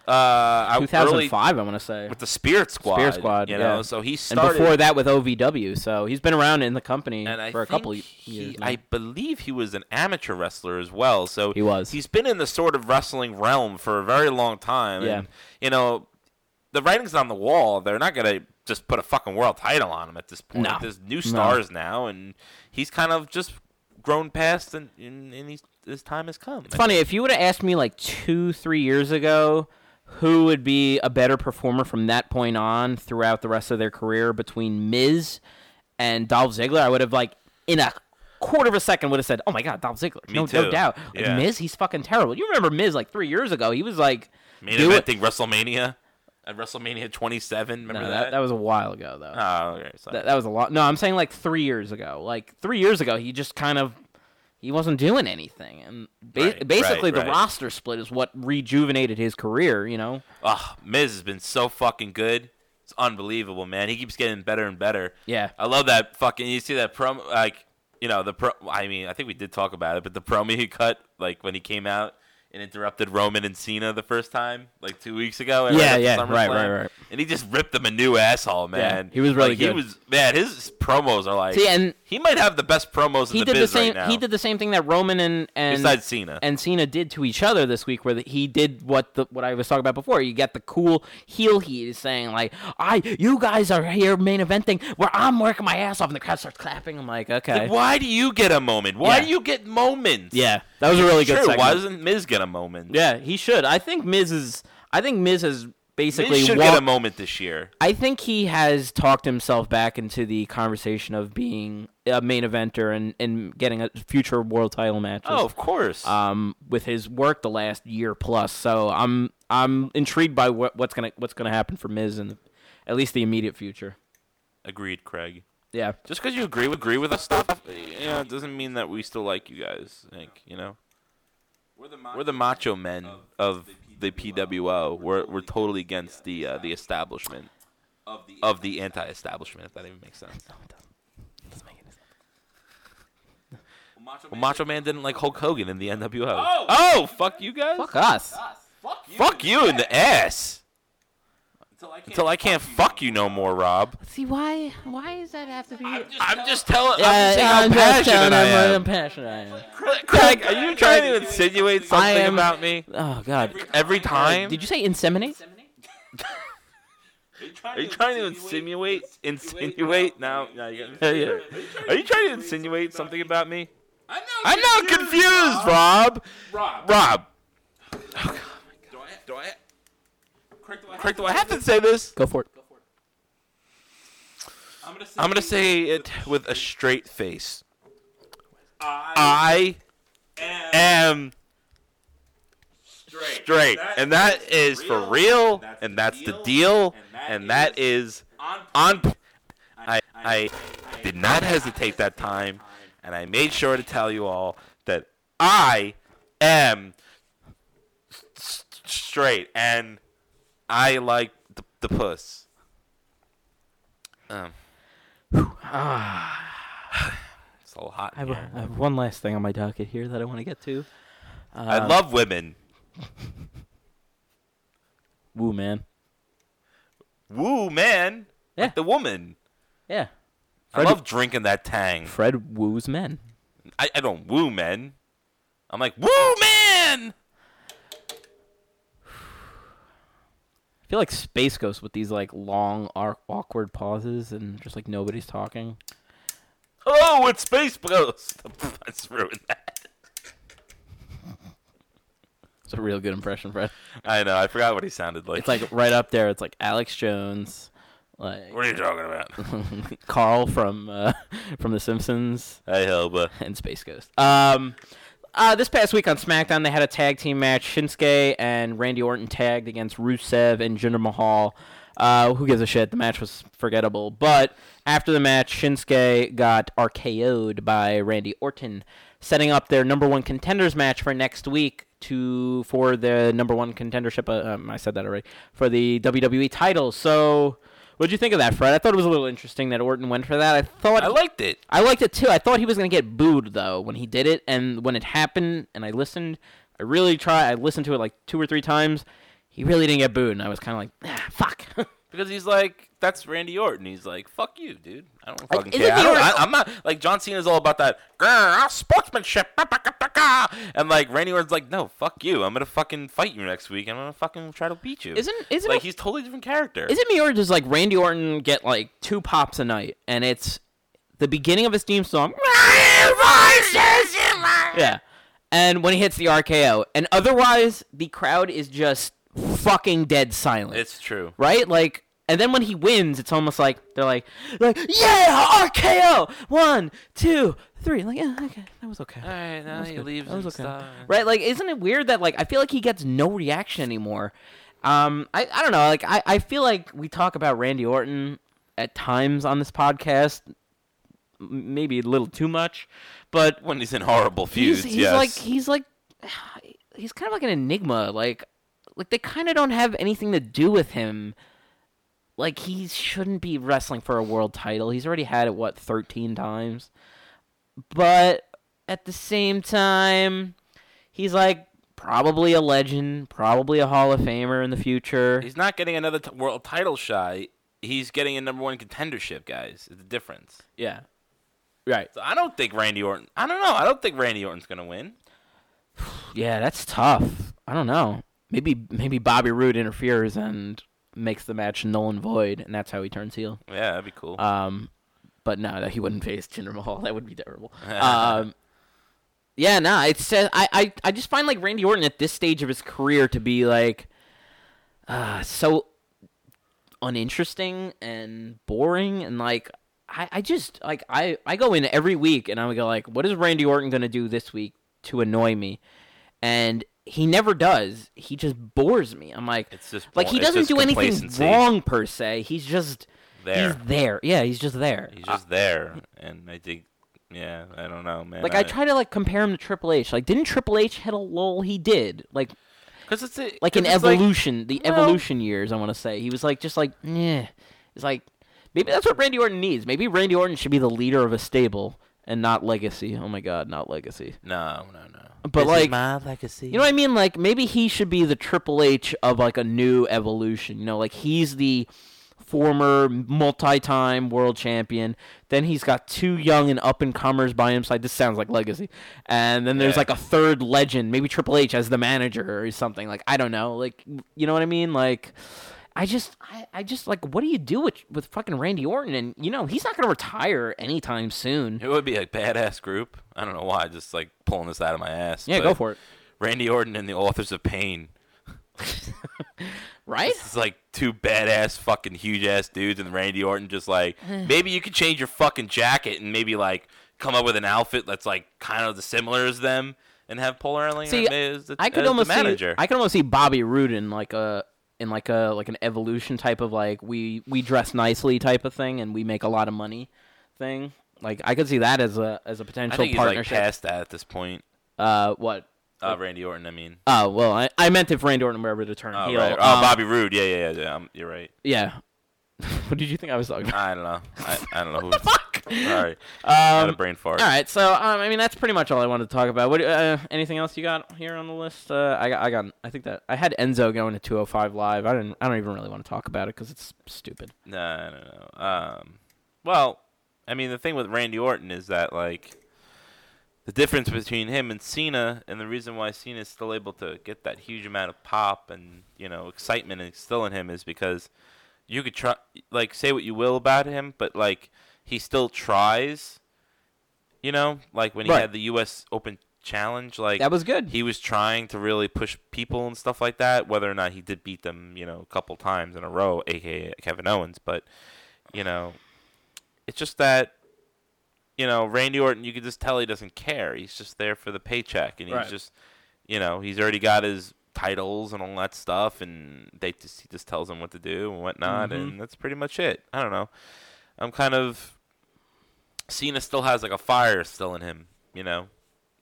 Speaker 6: uh I- early
Speaker 5: 2005, I want to say.
Speaker 6: with the Spirit Squad.
Speaker 5: Spear Squad,
Speaker 6: you know.
Speaker 5: yeah.
Speaker 6: So he
Speaker 5: And
Speaker 6: started
Speaker 5: before that with OVW, so he's been around in the company
Speaker 6: and I
Speaker 5: for a
Speaker 6: think
Speaker 5: couple
Speaker 6: he,
Speaker 5: years. now.
Speaker 6: I believe he was an amateur wrestler as well. So
Speaker 5: He was.
Speaker 6: He's been in the sort of wrestling realm for a very long time.
Speaker 5: Yeah.
Speaker 6: And, you know, the writing's on the wall. They're not gonna just put a fucking world title on him at this point.
Speaker 5: No.
Speaker 6: There's new stars now, and he's kind of just grown past, and and, and he's, his time has come.
Speaker 5: It's funny if you would have asked me like two, three years ago, who would be a better performer from that point on throughout the rest of their career between Miz and Dolph Ziggler, I would have like in a quarter of a second would have said, "Oh my God, Dolph Ziggler, no, no
Speaker 6: too.
Speaker 5: doubt." Like,
Speaker 6: Yeah.
Speaker 5: Miz, he's fucking terrible. You remember Miz like three years ago? He was like,
Speaker 6: Main
Speaker 5: do it-
Speaker 6: eventing WrestleMania at WrestleMania 27.
Speaker 5: No,
Speaker 6: Remember
Speaker 5: that,
Speaker 6: that?
Speaker 5: that was a while ago though.
Speaker 6: Oh, okay, sorry.
Speaker 5: That, that was a lot. No, I'm saying like three years ago. Like three years ago, he just kind of he wasn't doing anything, and ba-
Speaker 6: Right, right,
Speaker 5: basically the
Speaker 6: right.
Speaker 5: roster split is what rejuvenated his career. You know,
Speaker 6: Oh, Miz has been so fucking good. It's unbelievable, man. He keeps getting better and better.
Speaker 5: Yeah.
Speaker 6: I love that fucking. You see that promo, like you know the pro. I mean, I think we did talk about it, but the promo he cut, like when he came out and interrupted Roman and Cena the first time, like two weeks ago. right
Speaker 5: Yeah,
Speaker 6: after
Speaker 5: yeah, right,
Speaker 6: SummerSlam,
Speaker 5: right, right.
Speaker 6: And he just ripped them a new asshole, man.
Speaker 5: he was really
Speaker 6: Like,
Speaker 5: good.
Speaker 6: He was man. His promos are like.
Speaker 5: See, and-
Speaker 6: he might have the best promos
Speaker 5: he
Speaker 6: in the
Speaker 5: did the
Speaker 6: biz
Speaker 5: same.
Speaker 6: right now.
Speaker 5: he did the same thing that Roman and and
Speaker 6: Besides Cena.
Speaker 5: and Cena did to each other this week, where the, he did what the what I was talking about before. You get the cool heel heat is saying like, "I, you guys are here main eventing where I'm working my ass off," and the crowd starts clapping. I'm like, okay,
Speaker 6: Like, why do you get a moment? Why
Speaker 5: Yeah.
Speaker 6: do you get moments?
Speaker 5: yeah, that was a really good.
Speaker 6: Sure,
Speaker 5: segment.
Speaker 6: why doesn't Miz get a moment?
Speaker 5: Yeah, he should. I think Miz is. I think Miz has basically
Speaker 6: Miz should
Speaker 5: wa-
Speaker 6: get a moment this year.
Speaker 5: I think he has talked himself back into the conversation of being a main eventer and, and getting a future world title match.
Speaker 6: Oh, of course.
Speaker 5: Um, with his work the last year plus, so I'm I'm intrigued by what, what's gonna what's gonna happen for Miz in the, at least the immediate future.
Speaker 6: Agreed, Craig.
Speaker 5: Yeah.
Speaker 6: Just because you agree with agree with us stuff, you know, it doesn't mean that we still like you guys. Like you know, we're the macho, men of the PWO. We're we're totally against the uh, the establishment of the anti-establishment. If that even makes sense. Well, Macho Man didn't like Hulk Hogan in the NWO. Oh, fuck you guys.
Speaker 5: Fuck us.
Speaker 6: Uh, Fuck you in the ass. Until I can't fuck you no more, Rob.
Speaker 7: See why? Why does that have to be?
Speaker 6: I'm just telling. I'm
Speaker 5: Uh,
Speaker 6: just saying how passionate I am.
Speaker 5: passionate I am.
Speaker 6: Craig, are you trying to insinuate something
Speaker 5: am-
Speaker 6: about me
Speaker 5: Oh God.
Speaker 6: every time?
Speaker 5: Did you say inseminate?
Speaker 6: are you trying to insinuate, insinuate? Now, now you got me. Are you trying to insinuate something about me? I'm not confused, Rob. Rob. Rob. Oh, Craig, do I have to say this?
Speaker 5: Go for it.
Speaker 6: I'm gonna say it with a straight face. I, am straight, and that is for real, and that's the deal, and that is on. p- I I did not hesitate that time, and I made sure to tell you all that I am s- s- straight, and I like the, the puss. Um. it's a little hot.
Speaker 5: I have,
Speaker 6: in here.
Speaker 5: I have one last thing on my docket here that I want to get to.
Speaker 6: I
Speaker 5: Um,
Speaker 6: love women.
Speaker 5: Woo, man.
Speaker 6: Woo, man.
Speaker 5: Yeah.
Speaker 6: Like the woman.
Speaker 5: Yeah.
Speaker 6: I
Speaker 5: Fred-
Speaker 6: love drinking that tang.
Speaker 5: Fred woos men.
Speaker 6: I, I don't woo men. I'm like, woo, man.
Speaker 5: I feel like Space Ghost with these like long, ar- awkward pauses and just like nobody's talking.
Speaker 6: Oh, it's Space Ghost. Let's ruin that.
Speaker 5: It's a real good impression, Fred.
Speaker 6: I know. I forgot what he sounded like.
Speaker 5: It's like right up there. It's like Alex Jones, like
Speaker 6: what are you talking about?
Speaker 5: Carl from uh, from The Simpsons,
Speaker 6: hey, Helba.
Speaker 5: and Space Ghost. Um, uh, this past week on SmackDown, they had a tag team match. Shinsuke and Randy Orton tagged against Rusev and Jinder Mahal. Uh, who gives a shit? The match was forgettable. But after the match, Shinsuke got RKO'd by Randy Orton, setting up their number one contenders match for next week to for the number one contendership. Uh, um, I said that already for the WWE title. So. What'd you think of that, Fred? I thought it was a little interesting that Orton went for that. I thought
Speaker 6: I liked it.
Speaker 5: I liked it too. I thought he was gonna get booed though when he did it, and when it happened, and I listened. I really tried. I listened to it like two or three times. He really didn't get booed, and I was kind of like, ah, fuck.
Speaker 6: Because he's like, that's Randy Orton. He's like, fuck you, dude. I don't fucking
Speaker 5: isn't
Speaker 6: care. I
Speaker 5: he
Speaker 6: don't, I,
Speaker 5: already-
Speaker 6: I'm not like John Cena's all about that "Grr, our sportsmanship, bah, bah, bah, bah, bah." and like Randy Orton's like, no, fuck you. I'm gonna fucking fight you next week. I'm gonna fucking try to beat you.
Speaker 5: Isn't- isn't
Speaker 6: like
Speaker 5: it-
Speaker 6: he's totally different character.
Speaker 5: Is it me or does like Randy Orton get like two pops a night, and it's the beginning of his theme song? yeah, and when he hits the RKO, and otherwise the crowd is just fucking dead silent.
Speaker 6: It's true.
Speaker 5: right? Like, and then when he wins, it's almost like they're like, like, yeah, RKO, one, two, three. Like, yeah, okay, that was okay. All right, now he leaves. That was okay. Right? Like, isn't it weird that like I feel like he gets no reaction anymore? Um, I I don't know. Like, I I feel like we talk about Randy Orton at times on this podcast, m- maybe a little too much, but
Speaker 6: When he's in horrible feuds,
Speaker 5: he's, he's
Speaker 6: yes.
Speaker 5: like he's like he's kind of like an enigma like like they kind of don't have anything to do with him like he shouldn't be wrestling for a world title he's already had it what 13 times but at the same time he's like probably a legend probably a hall of famer in the future
Speaker 6: he's not getting another t- world title shot. He's getting a number one contendership, guys. It's the difference.
Speaker 5: yeah right
Speaker 6: So I don't think Randy Orton. I don't know. I don't think Randy Orton's gonna win.
Speaker 5: yeah that's tough i don't know maybe maybe bobby Roode interferes and makes the match null and void and that's how he turns heel
Speaker 6: Yeah, that'd be cool.
Speaker 5: Um, but no, no, he wouldn't face Jinder Mahal. That would be terrible. um, yeah, no, it's uh, I, I I just find like Randy Orton at this stage of his career to be like uh, so uninteresting and boring and like I, I just like I, I go in every week and I would go like, what is Randy Orton gonna do this week to annoy me? And he never does. He just bores me. I'm like,
Speaker 6: It's just
Speaker 5: like
Speaker 6: bo-
Speaker 5: he
Speaker 6: it's
Speaker 5: doesn't
Speaker 6: just
Speaker 5: do anything
Speaker 6: complacency.
Speaker 5: wrong per se. He's just
Speaker 6: There.
Speaker 5: He's there. Yeah, he's just there.
Speaker 6: He's just there, and I think, yeah, I don't know, man.
Speaker 5: Like I try to like compare him to Triple H. Like didn't Triple H hit a lull? He did. Like
Speaker 6: because it's a,
Speaker 5: like
Speaker 6: 'cause
Speaker 5: in
Speaker 6: it's like-
Speaker 5: evolution, the evolution years. I want to say he was like just like yeah. It's like maybe that's what Randy Orton needs. Maybe Randy Orton should be the leader of a stable and not legacy. Oh my God, not legacy.
Speaker 6: no, no, no.
Speaker 5: But like
Speaker 6: legacy.
Speaker 5: you know what I mean? Like maybe he should be the Triple H of like a new evolution. You know, like he's the former multi-time world champion. Then he's got two young and up and comers by him. So this sounds like legacy. And then there's
Speaker 6: Yeah.
Speaker 5: like a third legend, maybe Triple H as the manager or something. Like I don't know. Like you know what I mean? Like I just, I, I just like, what do you do with with fucking Randy Orton? And you know he's not gonna retire anytime soon.
Speaker 6: It would be a badass group. I don't know why. Just like pulling this out of my ass.
Speaker 5: Yeah, go for it.
Speaker 6: Randy Orton and the Authors of Pain.
Speaker 5: Right?
Speaker 6: It's like two badass fucking huge ass dudes, and Randy Orton just like maybe you could change your fucking jacket and maybe like come up with an outfit that's like kind of the similar as them and have Paul Erling
Speaker 5: See,
Speaker 6: as the,
Speaker 5: I could
Speaker 6: as the
Speaker 5: almost
Speaker 6: manager.
Speaker 5: see I could almost see Bobby Roode in like a in like a like an evolution type of like we we dress nicely type of thing and we make a lot of money thing. Like I could see that as a as a
Speaker 6: I
Speaker 5: potential
Speaker 6: think he's like
Speaker 5: partnership.
Speaker 6: past that at this point.
Speaker 5: uh, what?
Speaker 6: Uh, Randy Orton, I mean.
Speaker 5: Oh well, I, I meant if Randy Orton were ever to turn
Speaker 6: Oh,
Speaker 5: heel.
Speaker 6: right.
Speaker 5: um,
Speaker 6: oh Bobby Roode. Yeah, yeah, yeah. yeah um, you're right.
Speaker 5: Yeah. what did you think I was talking about?
Speaker 6: I don't know. I, I don't know who.
Speaker 5: Fuck.
Speaker 6: Sorry. Had a brain fart.
Speaker 5: Um, All right, so um, I mean that's pretty much all I wanted to talk about. What uh, anything else you got here on the list? Uh, I got I got I think that I had Enzo going to 205 live. I didn't I don't even really want to talk about it because it's stupid.
Speaker 6: No, I don't know. Um, well, I mean, the thing with Randy Orton is that like the difference between him and Cena, and the reason why Cena is still able to get that huge amount of pop and you know excitement and still in him is because you could try like say what you will about him, but like he still tries. You know, like when he
Speaker 5: Right.
Speaker 6: had the U.S. Open challenge, like
Speaker 5: That was good.
Speaker 6: He was trying to really push people and stuff like that. Whether or not he did beat them, you know, a couple times in a row, aka Kevin Owens, but you know, it's just that you know Randy Orton, you can just tell he doesn't care. He's just there for the paycheck, and he's
Speaker 5: Right.
Speaker 6: just you know he's already got his titles and all that stuff, and they just he just tells him what to do and whatnot,
Speaker 5: Mm-hmm.
Speaker 6: and that's pretty much it. I don't know. I'm kind of Cena still has like a fire still in him, you know,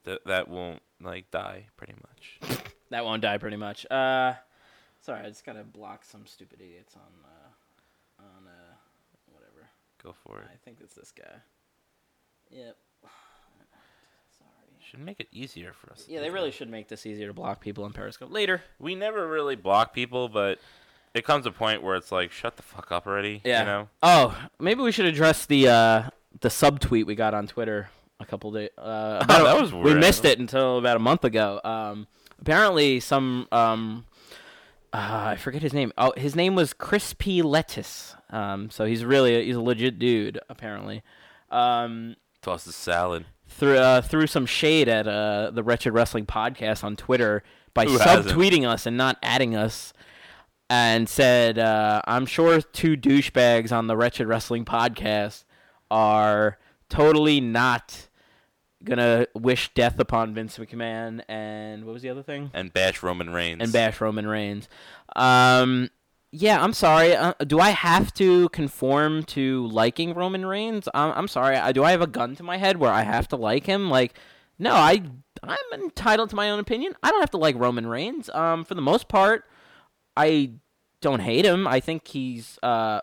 Speaker 6: that that won't like die pretty much.
Speaker 5: That won't die pretty much. Uh, sorry, I just gotta block some stupid idiots on uh, on uh, whatever.
Speaker 6: Go for it.
Speaker 5: I think it's this guy. Yep. Sorry.
Speaker 6: Should make it easier for us. to
Speaker 5: Yeah,
Speaker 6: do
Speaker 5: they
Speaker 6: that.
Speaker 5: really should make this easier to block people on Periscope later.
Speaker 6: We never really block people, but it comes a point where it's like, shut the fuck up already.
Speaker 5: Yeah.
Speaker 6: You know.
Speaker 5: Oh, maybe we should address the uh, the subtweet we got on Twitter a couple days. Uh, about-
Speaker 6: that was
Speaker 5: We
Speaker 6: weird.
Speaker 5: missed it until about a month ago. Um, apparently, some um, uh, I forget his name. Oh, his name was Crispy Lettuce. Um, so he's really he's a legit dude. Apparently, um,
Speaker 6: Toss the salad.
Speaker 5: threw uh, threw some shade at uh, the Wretched Wrestling podcast on Twitter by
Speaker 6: Who hasn't?
Speaker 5: subtweeting us and not adding us, and said, uh, "I'm sure two douchebags on the Wretched Wrestling podcast are totally not gonna wish death upon Vince McMahon." And what was the other thing?
Speaker 6: And bash Roman Reigns.
Speaker 5: and bash Roman Reigns. Um, yeah, I'm sorry. Uh, do I have to conform to liking Roman Reigns? I'm, I'm sorry. I, do I have a gun to my head where I have to like him? Like, no, I I'm entitled to my own opinion. I don't have to like Roman Reigns. Um, for the most part, I don't hate him. I think he's uh,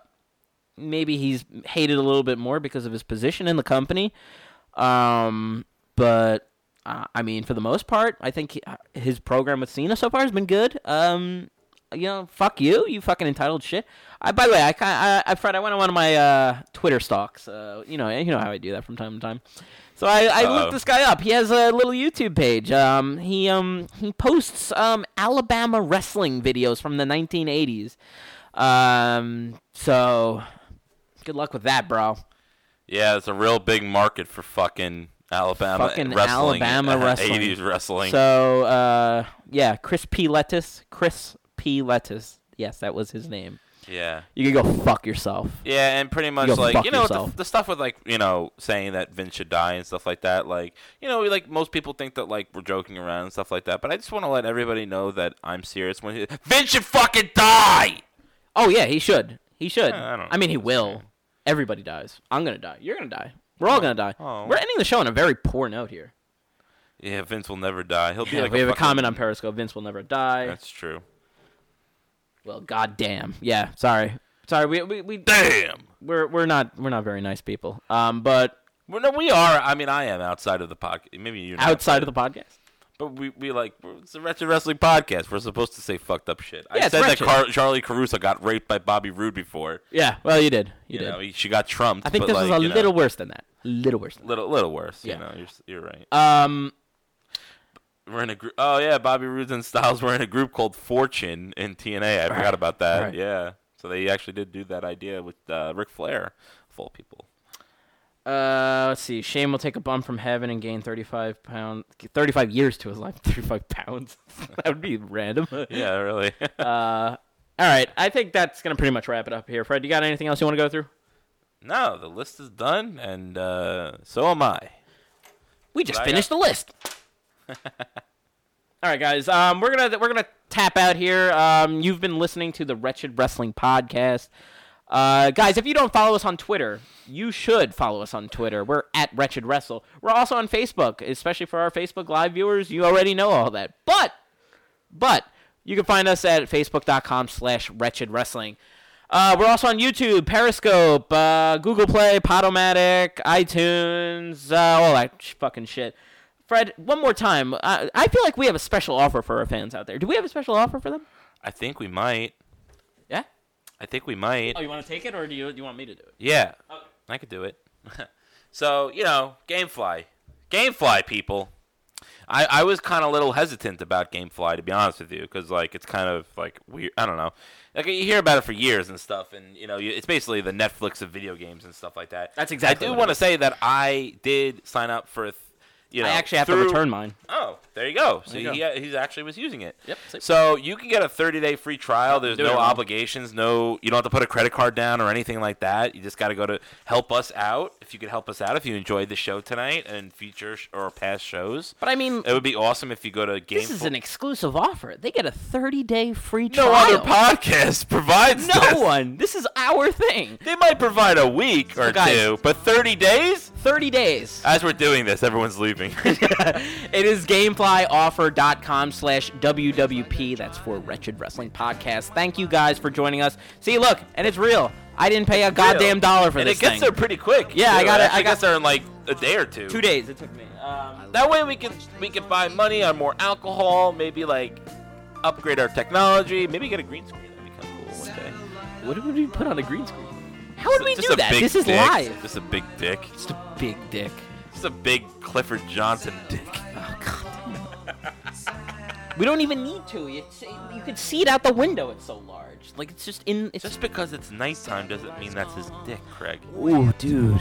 Speaker 5: maybe he's hated a little bit more because of his position in the company. Um, but uh, I mean, for the most part, I think he, uh, his program with Cena so far has been good. Um, you know, fuck you, you fucking entitled shit. I, by the way, I, ki- I, I, Fred, I went on one of my uh, Twitter stalks. Uh, you know, you know how I do that from time to time. So I, I
Speaker 6: Uh-oh.
Speaker 5: looked this guy up. He has a little YouTube page. Um, he um he posts um Alabama wrestling videos from the 1980s. Um, so good luck with that, bro.
Speaker 6: Yeah, it's a real big market for fucking Alabama
Speaker 5: Fucking
Speaker 6: wrestling.
Speaker 5: Alabama wrestling.
Speaker 6: 80s wrestling.
Speaker 5: So, uh, yeah, Chris P. Lettuce. Chris P. Lettuce. Yes, that was his name.
Speaker 6: Yeah.
Speaker 5: You can go fuck yourself.
Speaker 6: Yeah, and pretty much
Speaker 5: You'll
Speaker 6: like
Speaker 5: fuck
Speaker 6: you know the,
Speaker 5: yourself.
Speaker 6: the stuff with like you know saying that Vince should die and stuff like that. Like you know, like most people think that like we're joking around and stuff like that. But I just want to let everybody know that I'm serious when he, Vince should fucking die.
Speaker 5: Oh yeah, he should. He should.
Speaker 6: Yeah, I don't-
Speaker 5: I mean, he will. Everybody dies. I'm gonna die. You're gonna die. We're all gonna die.
Speaker 6: Oh.
Speaker 5: We're ending the show on a very poor note here.
Speaker 6: Yeah, Vince will never die. He'll be
Speaker 5: Yeah,
Speaker 6: like
Speaker 5: we have a
Speaker 6: fucking-
Speaker 5: comment on Periscope. Vince will never die.
Speaker 6: That's true.
Speaker 5: Well, goddamn. Yeah, sorry. Sorry, we we we
Speaker 6: Damn.
Speaker 5: we're we're not we're not very nice people. Um, but
Speaker 6: Well, no, we are. I mean, I am outside of the podcast. Maybe you're not,
Speaker 5: outside of the podcast,
Speaker 6: but we we like we're- it's a retro wrestling podcast. We're supposed to say fucked up shit.
Speaker 5: Yeah,
Speaker 6: I
Speaker 5: it's
Speaker 6: said that
Speaker 5: wretched.
Speaker 6: Car- Charlie Caruso got raped by Bobby Roode before.
Speaker 5: yeah. Well, you did. You,
Speaker 6: You,
Speaker 5: did.
Speaker 6: know, he- she got trumped.
Speaker 5: I think
Speaker 6: but,
Speaker 5: this
Speaker 6: like,
Speaker 5: was a
Speaker 6: you know,
Speaker 5: little worse than that. Little worse. Than
Speaker 6: little little worse.
Speaker 5: Yeah.
Speaker 6: You know, you're, s- you're right.
Speaker 5: that. Um,
Speaker 6: We're in a group. Oh yeah, Bobby Roode and Styles were in a group called Fortune in TNA. I forgot about that.
Speaker 5: Right.
Speaker 6: Yeah, so they actually did do that idea with uh, Ric Flair, of all people.
Speaker 5: Uh, let's see. Shane will take a bump from heaven and gain 35 pounds, 35 years to his life. 35 pounds. that would be random. All
Speaker 6: Yeah, really.
Speaker 5: right, I think that's gonna pretty much wrap it up here. Fred, you got anything else you want to go through?
Speaker 6: no, the list is done, and uh, so am I.
Speaker 5: We just
Speaker 6: I
Speaker 5: finished the list. All right, guys. Um, we're gonna we're gonna tap out here. Um, you've been listening to the Wretched Wrestling Podcast. Uh, guys, if you don't follow us on Twitter, you should follow us on Twitter. We're at Wretched Wrestle. We're also on Facebook, especially for our Facebook Live viewers. You already know all that, but but you can find us at facebook.com slash wretched wrestling. Uh, we're also on YouTube, Periscope, uh, Google Play, Podomatic, iTunes, uh, all that sh- fucking shit. Fred, one more time. I, I feel like we have a special offer for our fans out there. Do we have a special offer for them?
Speaker 6: I think we might.
Speaker 5: Yeah.
Speaker 6: I think we might.
Speaker 5: Oh, you want to take it, or do you do you want me to do it?
Speaker 6: Yeah, I could do it. so you know, GameFly, GameFly people. I, I was kind of a little hesitant about GameFly to be honest with you, because like it's kind of like weird. I don't know. Like you hear about it for years and stuff, and you know you, it's basically the Netflix of video games and stuff like that.
Speaker 5: That's exactly
Speaker 6: I do
Speaker 5: what it
Speaker 6: want to say that I did sign up for. Th- you know,
Speaker 5: I actually have to
Speaker 6: through-
Speaker 5: return mine.
Speaker 6: Oh, there you go. So
Speaker 5: you
Speaker 6: he,
Speaker 5: go.
Speaker 6: he actually was using it.
Speaker 5: Yep, same.
Speaker 6: So you can get a 30 day free trial. There's
Speaker 5: do it
Speaker 6: no
Speaker 5: at home.
Speaker 6: obligations. No, you don't have to put a credit card down or anything like that. You just got to go to help us out. If you could help us out, if you enjoyed the show tonight and future sh- or past shows,
Speaker 5: But I mean,
Speaker 6: it would be awesome if you go to game.
Speaker 5: this is an exclusive offer. They get a 30-day free
Speaker 6: no
Speaker 5: trial.
Speaker 6: other podcast provides
Speaker 5: No
Speaker 6: this.
Speaker 5: one. This is our thing.
Speaker 6: They might provide a week or
Speaker 5: guys-
Speaker 6: two, but 30 days?
Speaker 5: 30 days.
Speaker 6: As we're doing this, everyone's leaving.
Speaker 5: It is gameflyoffer.com slash WWP. That's for Wretched Wrestling Podcast. Thank you guys for joining us. See, look, and it's real. I didn't pay a goddamn dollar for
Speaker 6: and
Speaker 5: this
Speaker 6: it gets
Speaker 5: thing.
Speaker 6: there pretty quick.
Speaker 5: Yeah, I
Speaker 6: too.
Speaker 5: got it-
Speaker 6: Actually
Speaker 5: I got-
Speaker 6: gets there in like a day or two.
Speaker 5: Two days it took me. Um,
Speaker 6: That way we can we can buy money on more alcohol, maybe like upgrade our technology, maybe get a green screen. That'd be kind of cool one day.
Speaker 5: what did we put on a green screen? How would we
Speaker 6: Just
Speaker 5: do
Speaker 6: a
Speaker 5: that?
Speaker 6: big
Speaker 5: This is
Speaker 6: dick.
Speaker 5: live.
Speaker 6: Just a big dick.
Speaker 5: Just a big dick.
Speaker 6: Just a big Clifford Johnson dick.
Speaker 5: We don't even need to. It's, you could see it out the window. It's so large. Like, it's just in... It's
Speaker 6: Just because it's nighttime doesn't mean that's his dick, Craig.
Speaker 5: Ooh, dude.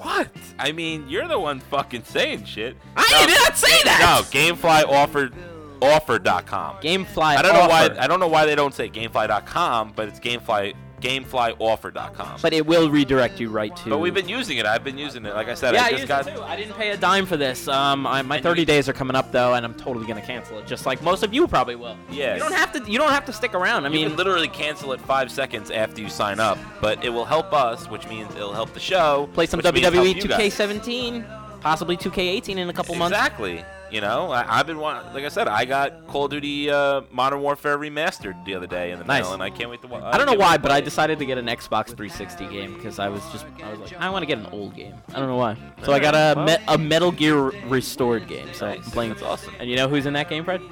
Speaker 6: What? I mean, you're the one fucking saying shit.
Speaker 5: I did not say
Speaker 6: No,
Speaker 5: that!
Speaker 6: GameFly offered offer.com.
Speaker 5: Gamefly
Speaker 6: I don't know why
Speaker 5: offer.
Speaker 6: I don't know why they don't say GameFly.com, but it's GameFly GameFlyOffer.com.
Speaker 5: But it will redirect you right to...
Speaker 6: But we've been using it. I've been using it. Like I said,
Speaker 5: Yeah,
Speaker 6: I
Speaker 5: I
Speaker 6: just
Speaker 5: used
Speaker 6: got
Speaker 5: it too. I didn't pay a dime for this. Um, I, my
Speaker 6: And you-
Speaker 5: 30 days are coming up though, and I'm totally gonna cancel it, just like most of you probably will.
Speaker 6: Yes.
Speaker 5: You don't have to. You don't have to stick around. I
Speaker 6: You
Speaker 5: mean,
Speaker 6: can literally cancel it five seconds after you sign up, but it will help us, which means it'll help the show.
Speaker 5: play some E
Speaker 6: which means
Speaker 5: WWE
Speaker 6: help you guys.
Speaker 5: 2K17, possibly 2K18 in a couple months.
Speaker 6: Exactly. You know, I, I've been wanting, like I said, I got Call of Duty uh, Modern Warfare remastered the other day in the
Speaker 5: Nice.
Speaker 6: mail, and I can't wait to watch.
Speaker 5: I don't know why, but I decided to get an Xbox 360 game because I was just I was like I want to get an old game. I don't know why. So I got a me- a Metal Gear Restored game. So I'm playing. That's awesome. And you know who's in that game, Fred?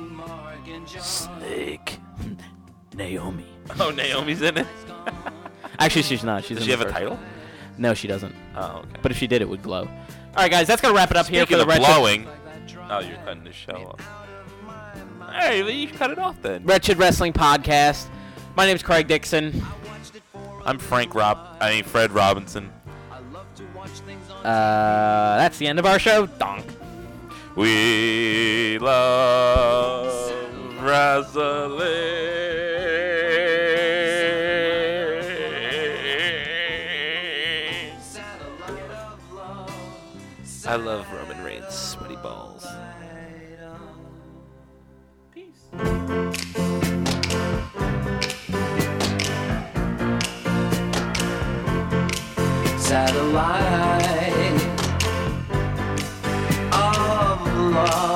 Speaker 5: Snake. Naomi.
Speaker 6: Oh, Naomi's in it.
Speaker 5: Actually, she's not. She's
Speaker 6: Does
Speaker 5: in
Speaker 6: she
Speaker 5: the
Speaker 6: have a
Speaker 5: first-
Speaker 6: title?
Speaker 5: No, she doesn't.
Speaker 6: Oh, okay.
Speaker 5: But if she did, it would glow. All right, guys, that's gonna wrap it up here for
Speaker 6: Speaking
Speaker 5: the
Speaker 6: of
Speaker 5: wretched,
Speaker 6: blowing, oh, you're cutting the show off. All right, well, you cut it off then.
Speaker 5: wretched wrestling podcast. My name's Craig Dixon.
Speaker 6: I'm Frank Rob. I mean Fred Robinson.
Speaker 5: Uh, that's the end of our show. Donk.
Speaker 6: We love wrestling.
Speaker 8: satellite of love.